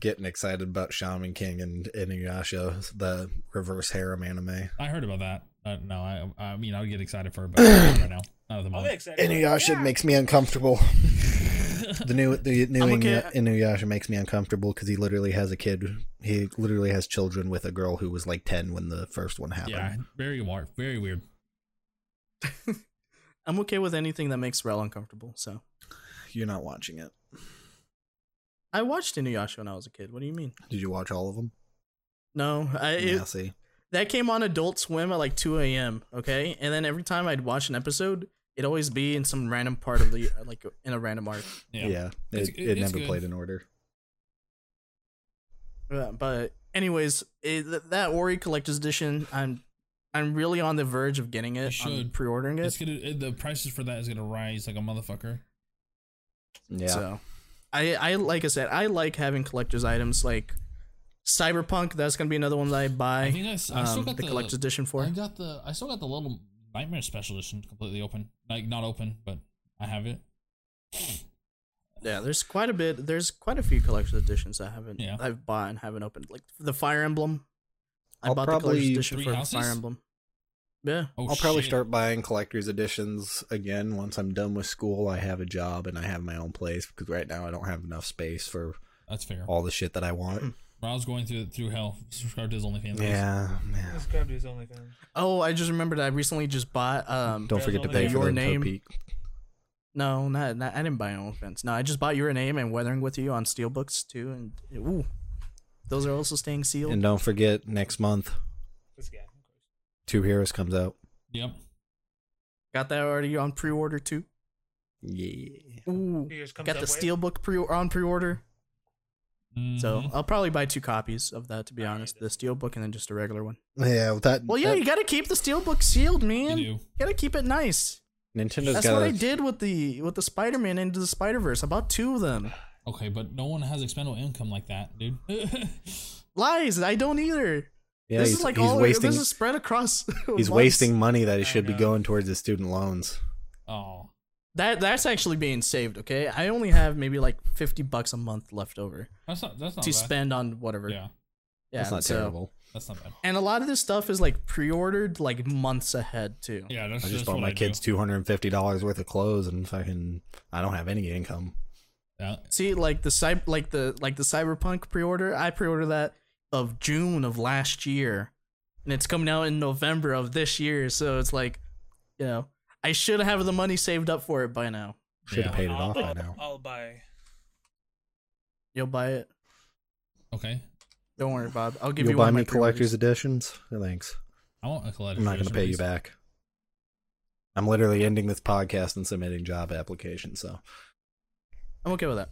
S5: getting excited about Shaman King and Inuyasha, the reverse harem anime.
S2: I heard about that. Uh, no, I I mean I would get excited for it, but not right now not at
S4: I'll
S2: the
S4: be
S2: moment.
S4: excited.
S5: Inuyasha
S4: Yeah.
S5: makes me uncomfortable. The new the new
S1: I'm
S5: Inu-
S1: okay.
S5: Inuyasha makes me uncomfortable because he literally has a kid. He literally has children with a girl who was like ten when the first one happened.
S2: Yeah, very weird. Very weird.
S1: I'm okay with anything that makes Rel uncomfortable. So
S5: You're not watching it.
S1: I watched Inuyasha when I was a kid. What do you mean?
S5: Did you watch all of them?
S1: No, I, it,
S5: yeah. See,
S1: that came on Adult Swim at like 2 a.m. Okay, and then every time I'd watch an episode, it'd always be in some random part of the uh, like in a random arc.
S5: yeah,
S2: Yeah.
S5: it,
S2: It's-
S5: it,
S2: it is
S5: never
S2: good.
S5: played in order.
S1: Uh, but anyways, it, th- that Ori Collector's Edition, I'm I'm really on the verge of getting it.
S2: You
S1: I'm
S2: should.
S1: pre-ordering
S2: It's
S1: it.
S2: gonna uh, the prices for that is gonna rise like a motherfucker.
S5: Yeah,
S1: So I I like I said, I like having collector's items like Cyberpunk. That's gonna be another one that I buy.
S2: I think I, s- I still
S1: um,
S2: got
S1: the, collector's edition for.
S2: I got the I still got the little nightmare special edition completely open. Like not open, but I have it.
S1: Yeah, there's quite a bit. There's quite a few collector's editions I haven't
S2: Yeah.
S1: I've bought and haven't opened. Like the Fire Emblem. I
S5: I'll
S1: bought the
S5: probably-
S1: collector's edition
S2: Three
S1: for
S2: houses?
S1: Fire Emblem. Yeah.
S2: Oh,
S5: I'll probably
S2: shit.
S5: start buying collector's editions again once I'm done with school. I have a job and I have my own place because right now I don't have enough space for
S2: That's fair.
S5: all the shit that I
S2: Hmm.
S5: want.
S2: Raul's going through through hell. Subscribe to his OnlyFans.
S5: yeah, man.
S4: Subscribe to his OnlyFans.
S1: Oh, I just remembered I recently just bought um
S5: Don't forget to
S4: only
S5: pay for
S1: your
S5: the
S1: name.
S5: name. Peak.
S1: no, not, not I didn't buy an offense. No, I just bought your name and Weathering with You on Steelbooks too and ooh. Those are also staying sealed.
S5: And don't forget next month,
S4: This guy.
S5: Two Heroes comes out.
S2: Yep.
S1: Got that already on pre-order too.
S5: Yeah.
S1: Ooh.
S4: Two years comes
S1: Got the
S4: up with-
S1: Steelbook pre on pre-order. So
S2: Mhm.
S1: I'll probably buy two copies of that to be honest. The Steelbook and then just a regular one.
S5: Yeah, well, that.
S1: Well, yeah,
S5: that-
S1: you gotta keep the steelbook sealed, man. You,
S2: Mm-hmm. you do.
S1: gotta keep it nice.
S5: Nintendo's
S1: That's
S5: got.
S1: what I did with the with the Spider Man into the Spider Verse. I bought two of them.
S2: Okay, but no one has expendable income like that, dude.
S1: Lies, I don't either.
S5: Yeah,
S1: this
S5: he's,
S1: is like
S5: he's
S1: all
S5: wasting.
S1: this is spread across.
S5: he's
S1: months.
S5: wasting money that
S4: I
S5: it should be
S4: know.
S5: going towards his student loans.
S2: oh,
S1: that. That's actually being saved. Okay, I only have maybe like fifty bucks a month left over
S2: that's not that's not
S1: to
S2: bad.
S1: spend on whatever.
S2: Yeah,
S1: Yeah,
S5: That's not
S1: so-
S5: terrible.
S2: that's not bad.
S1: And a lot of this stuff is like pre-ordered like months ahead too.
S2: Yeah, that's
S5: I just
S2: that's
S5: bought
S2: what
S5: my
S2: do.
S5: kids two hundred and fifty dollars worth of clothes, and fucking, I don't have any income.
S2: Yeah.
S1: See, like the cy- like the like the Cyberpunk pre-order, I pre-ordered that of June of last year, and it's coming out in November of this year. So it's like, you know, I should have the money saved up for it by now.
S5: Should have
S2: Yeah.
S5: paid it
S4: I'll,
S5: off by
S4: I'll-
S5: now.
S4: I'll buy.
S1: You'll buy it.
S2: Okay,
S1: Don't worry, Bob. I'll give
S5: You'll
S1: you
S5: buy
S1: one of my
S5: me collector's
S1: pre-orders.
S5: editions. No, Thanks.
S2: I want a collector.
S5: I'm not going to pay you back. I'm literally ending this podcast and submitting job applications. So
S1: I'm okay with that.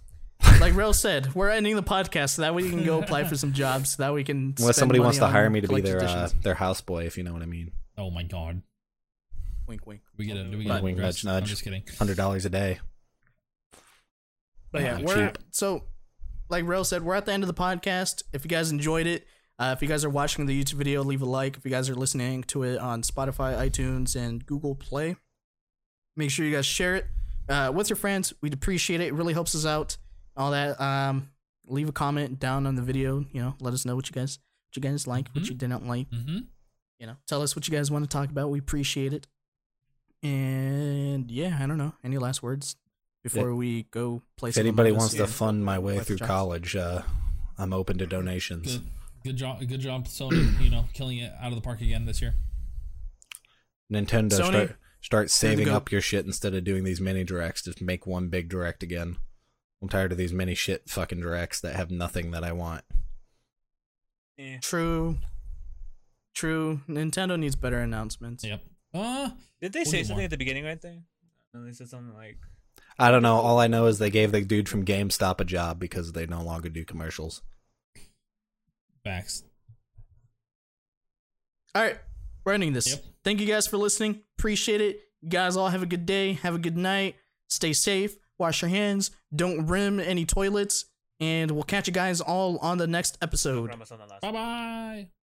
S1: Like Rel said, we're ending the podcast so that way you can go apply for some jobs. So that we can.
S5: unless
S1: spend
S5: somebody
S1: money
S5: wants to
S1: on
S5: hire me to be
S1: collector's
S5: their uh,
S1: editions.
S5: their houseboy, if you know what I mean,
S2: Oh my god,
S1: wink, wink.
S2: we get a we
S1: But-
S2: get
S5: Wink,
S2: a dress.
S5: nudge, nudge.
S2: I'm just kidding.
S5: hundred dollars a day.
S1: But yeah,
S5: Yeah,
S1: we're
S5: cheap.
S1: so like Rail said, we're at the end of the podcast. If you guys enjoyed it, uh, if you guys are watching the YouTube video, leave a like. If you guys are listening to it on Spotify, iTunes, and Google Play, make sure you guys share it uh, with your friends. We'd appreciate it. It really helps us out. All that. Um, leave a comment down on the video. You know, let us know what you guys what you guys like, what you didn't like.
S2: Mm-hmm.
S1: You know, tell us what you guys want to talk about. We appreciate it. And yeah, I don't know. Any last words before we go play?
S5: If
S1: some
S5: anybody
S1: Among Us
S5: wants to
S1: and-
S5: fund my way
S1: Worth
S5: through
S1: jobs.
S5: college, uh, I'm open to donations.
S2: Good, good job, good job, Sony. you know, killing it out of the park again this year.
S5: Nintendo,
S1: Sony,
S5: start start saving
S1: go.
S5: up your shit instead of doing these mini directs. Just make one big direct again. I'm tired of these mini shit fucking directs that have nothing that I want.
S4: Eh.
S1: True. True. Nintendo needs better announcements.
S2: Yep. Uh,
S4: Did they
S2: We'll
S4: say
S2: get
S4: something
S2: more.
S4: at the beginning right there? No, they said something like,
S5: I don't know. All I know is they gave the dude from GameStop a job because they no longer do commercials.
S2: facts.
S1: All right, we're ending this.
S2: Yep.
S1: Thank you guys for listening. Appreciate it. You guys all have a good day. Have a good night. Stay safe. Wash your hands. Don't rim any toilets. And we'll catch you guys all on the next
S4: I
S1: episode.
S4: promise on the last
S2: Bye bye.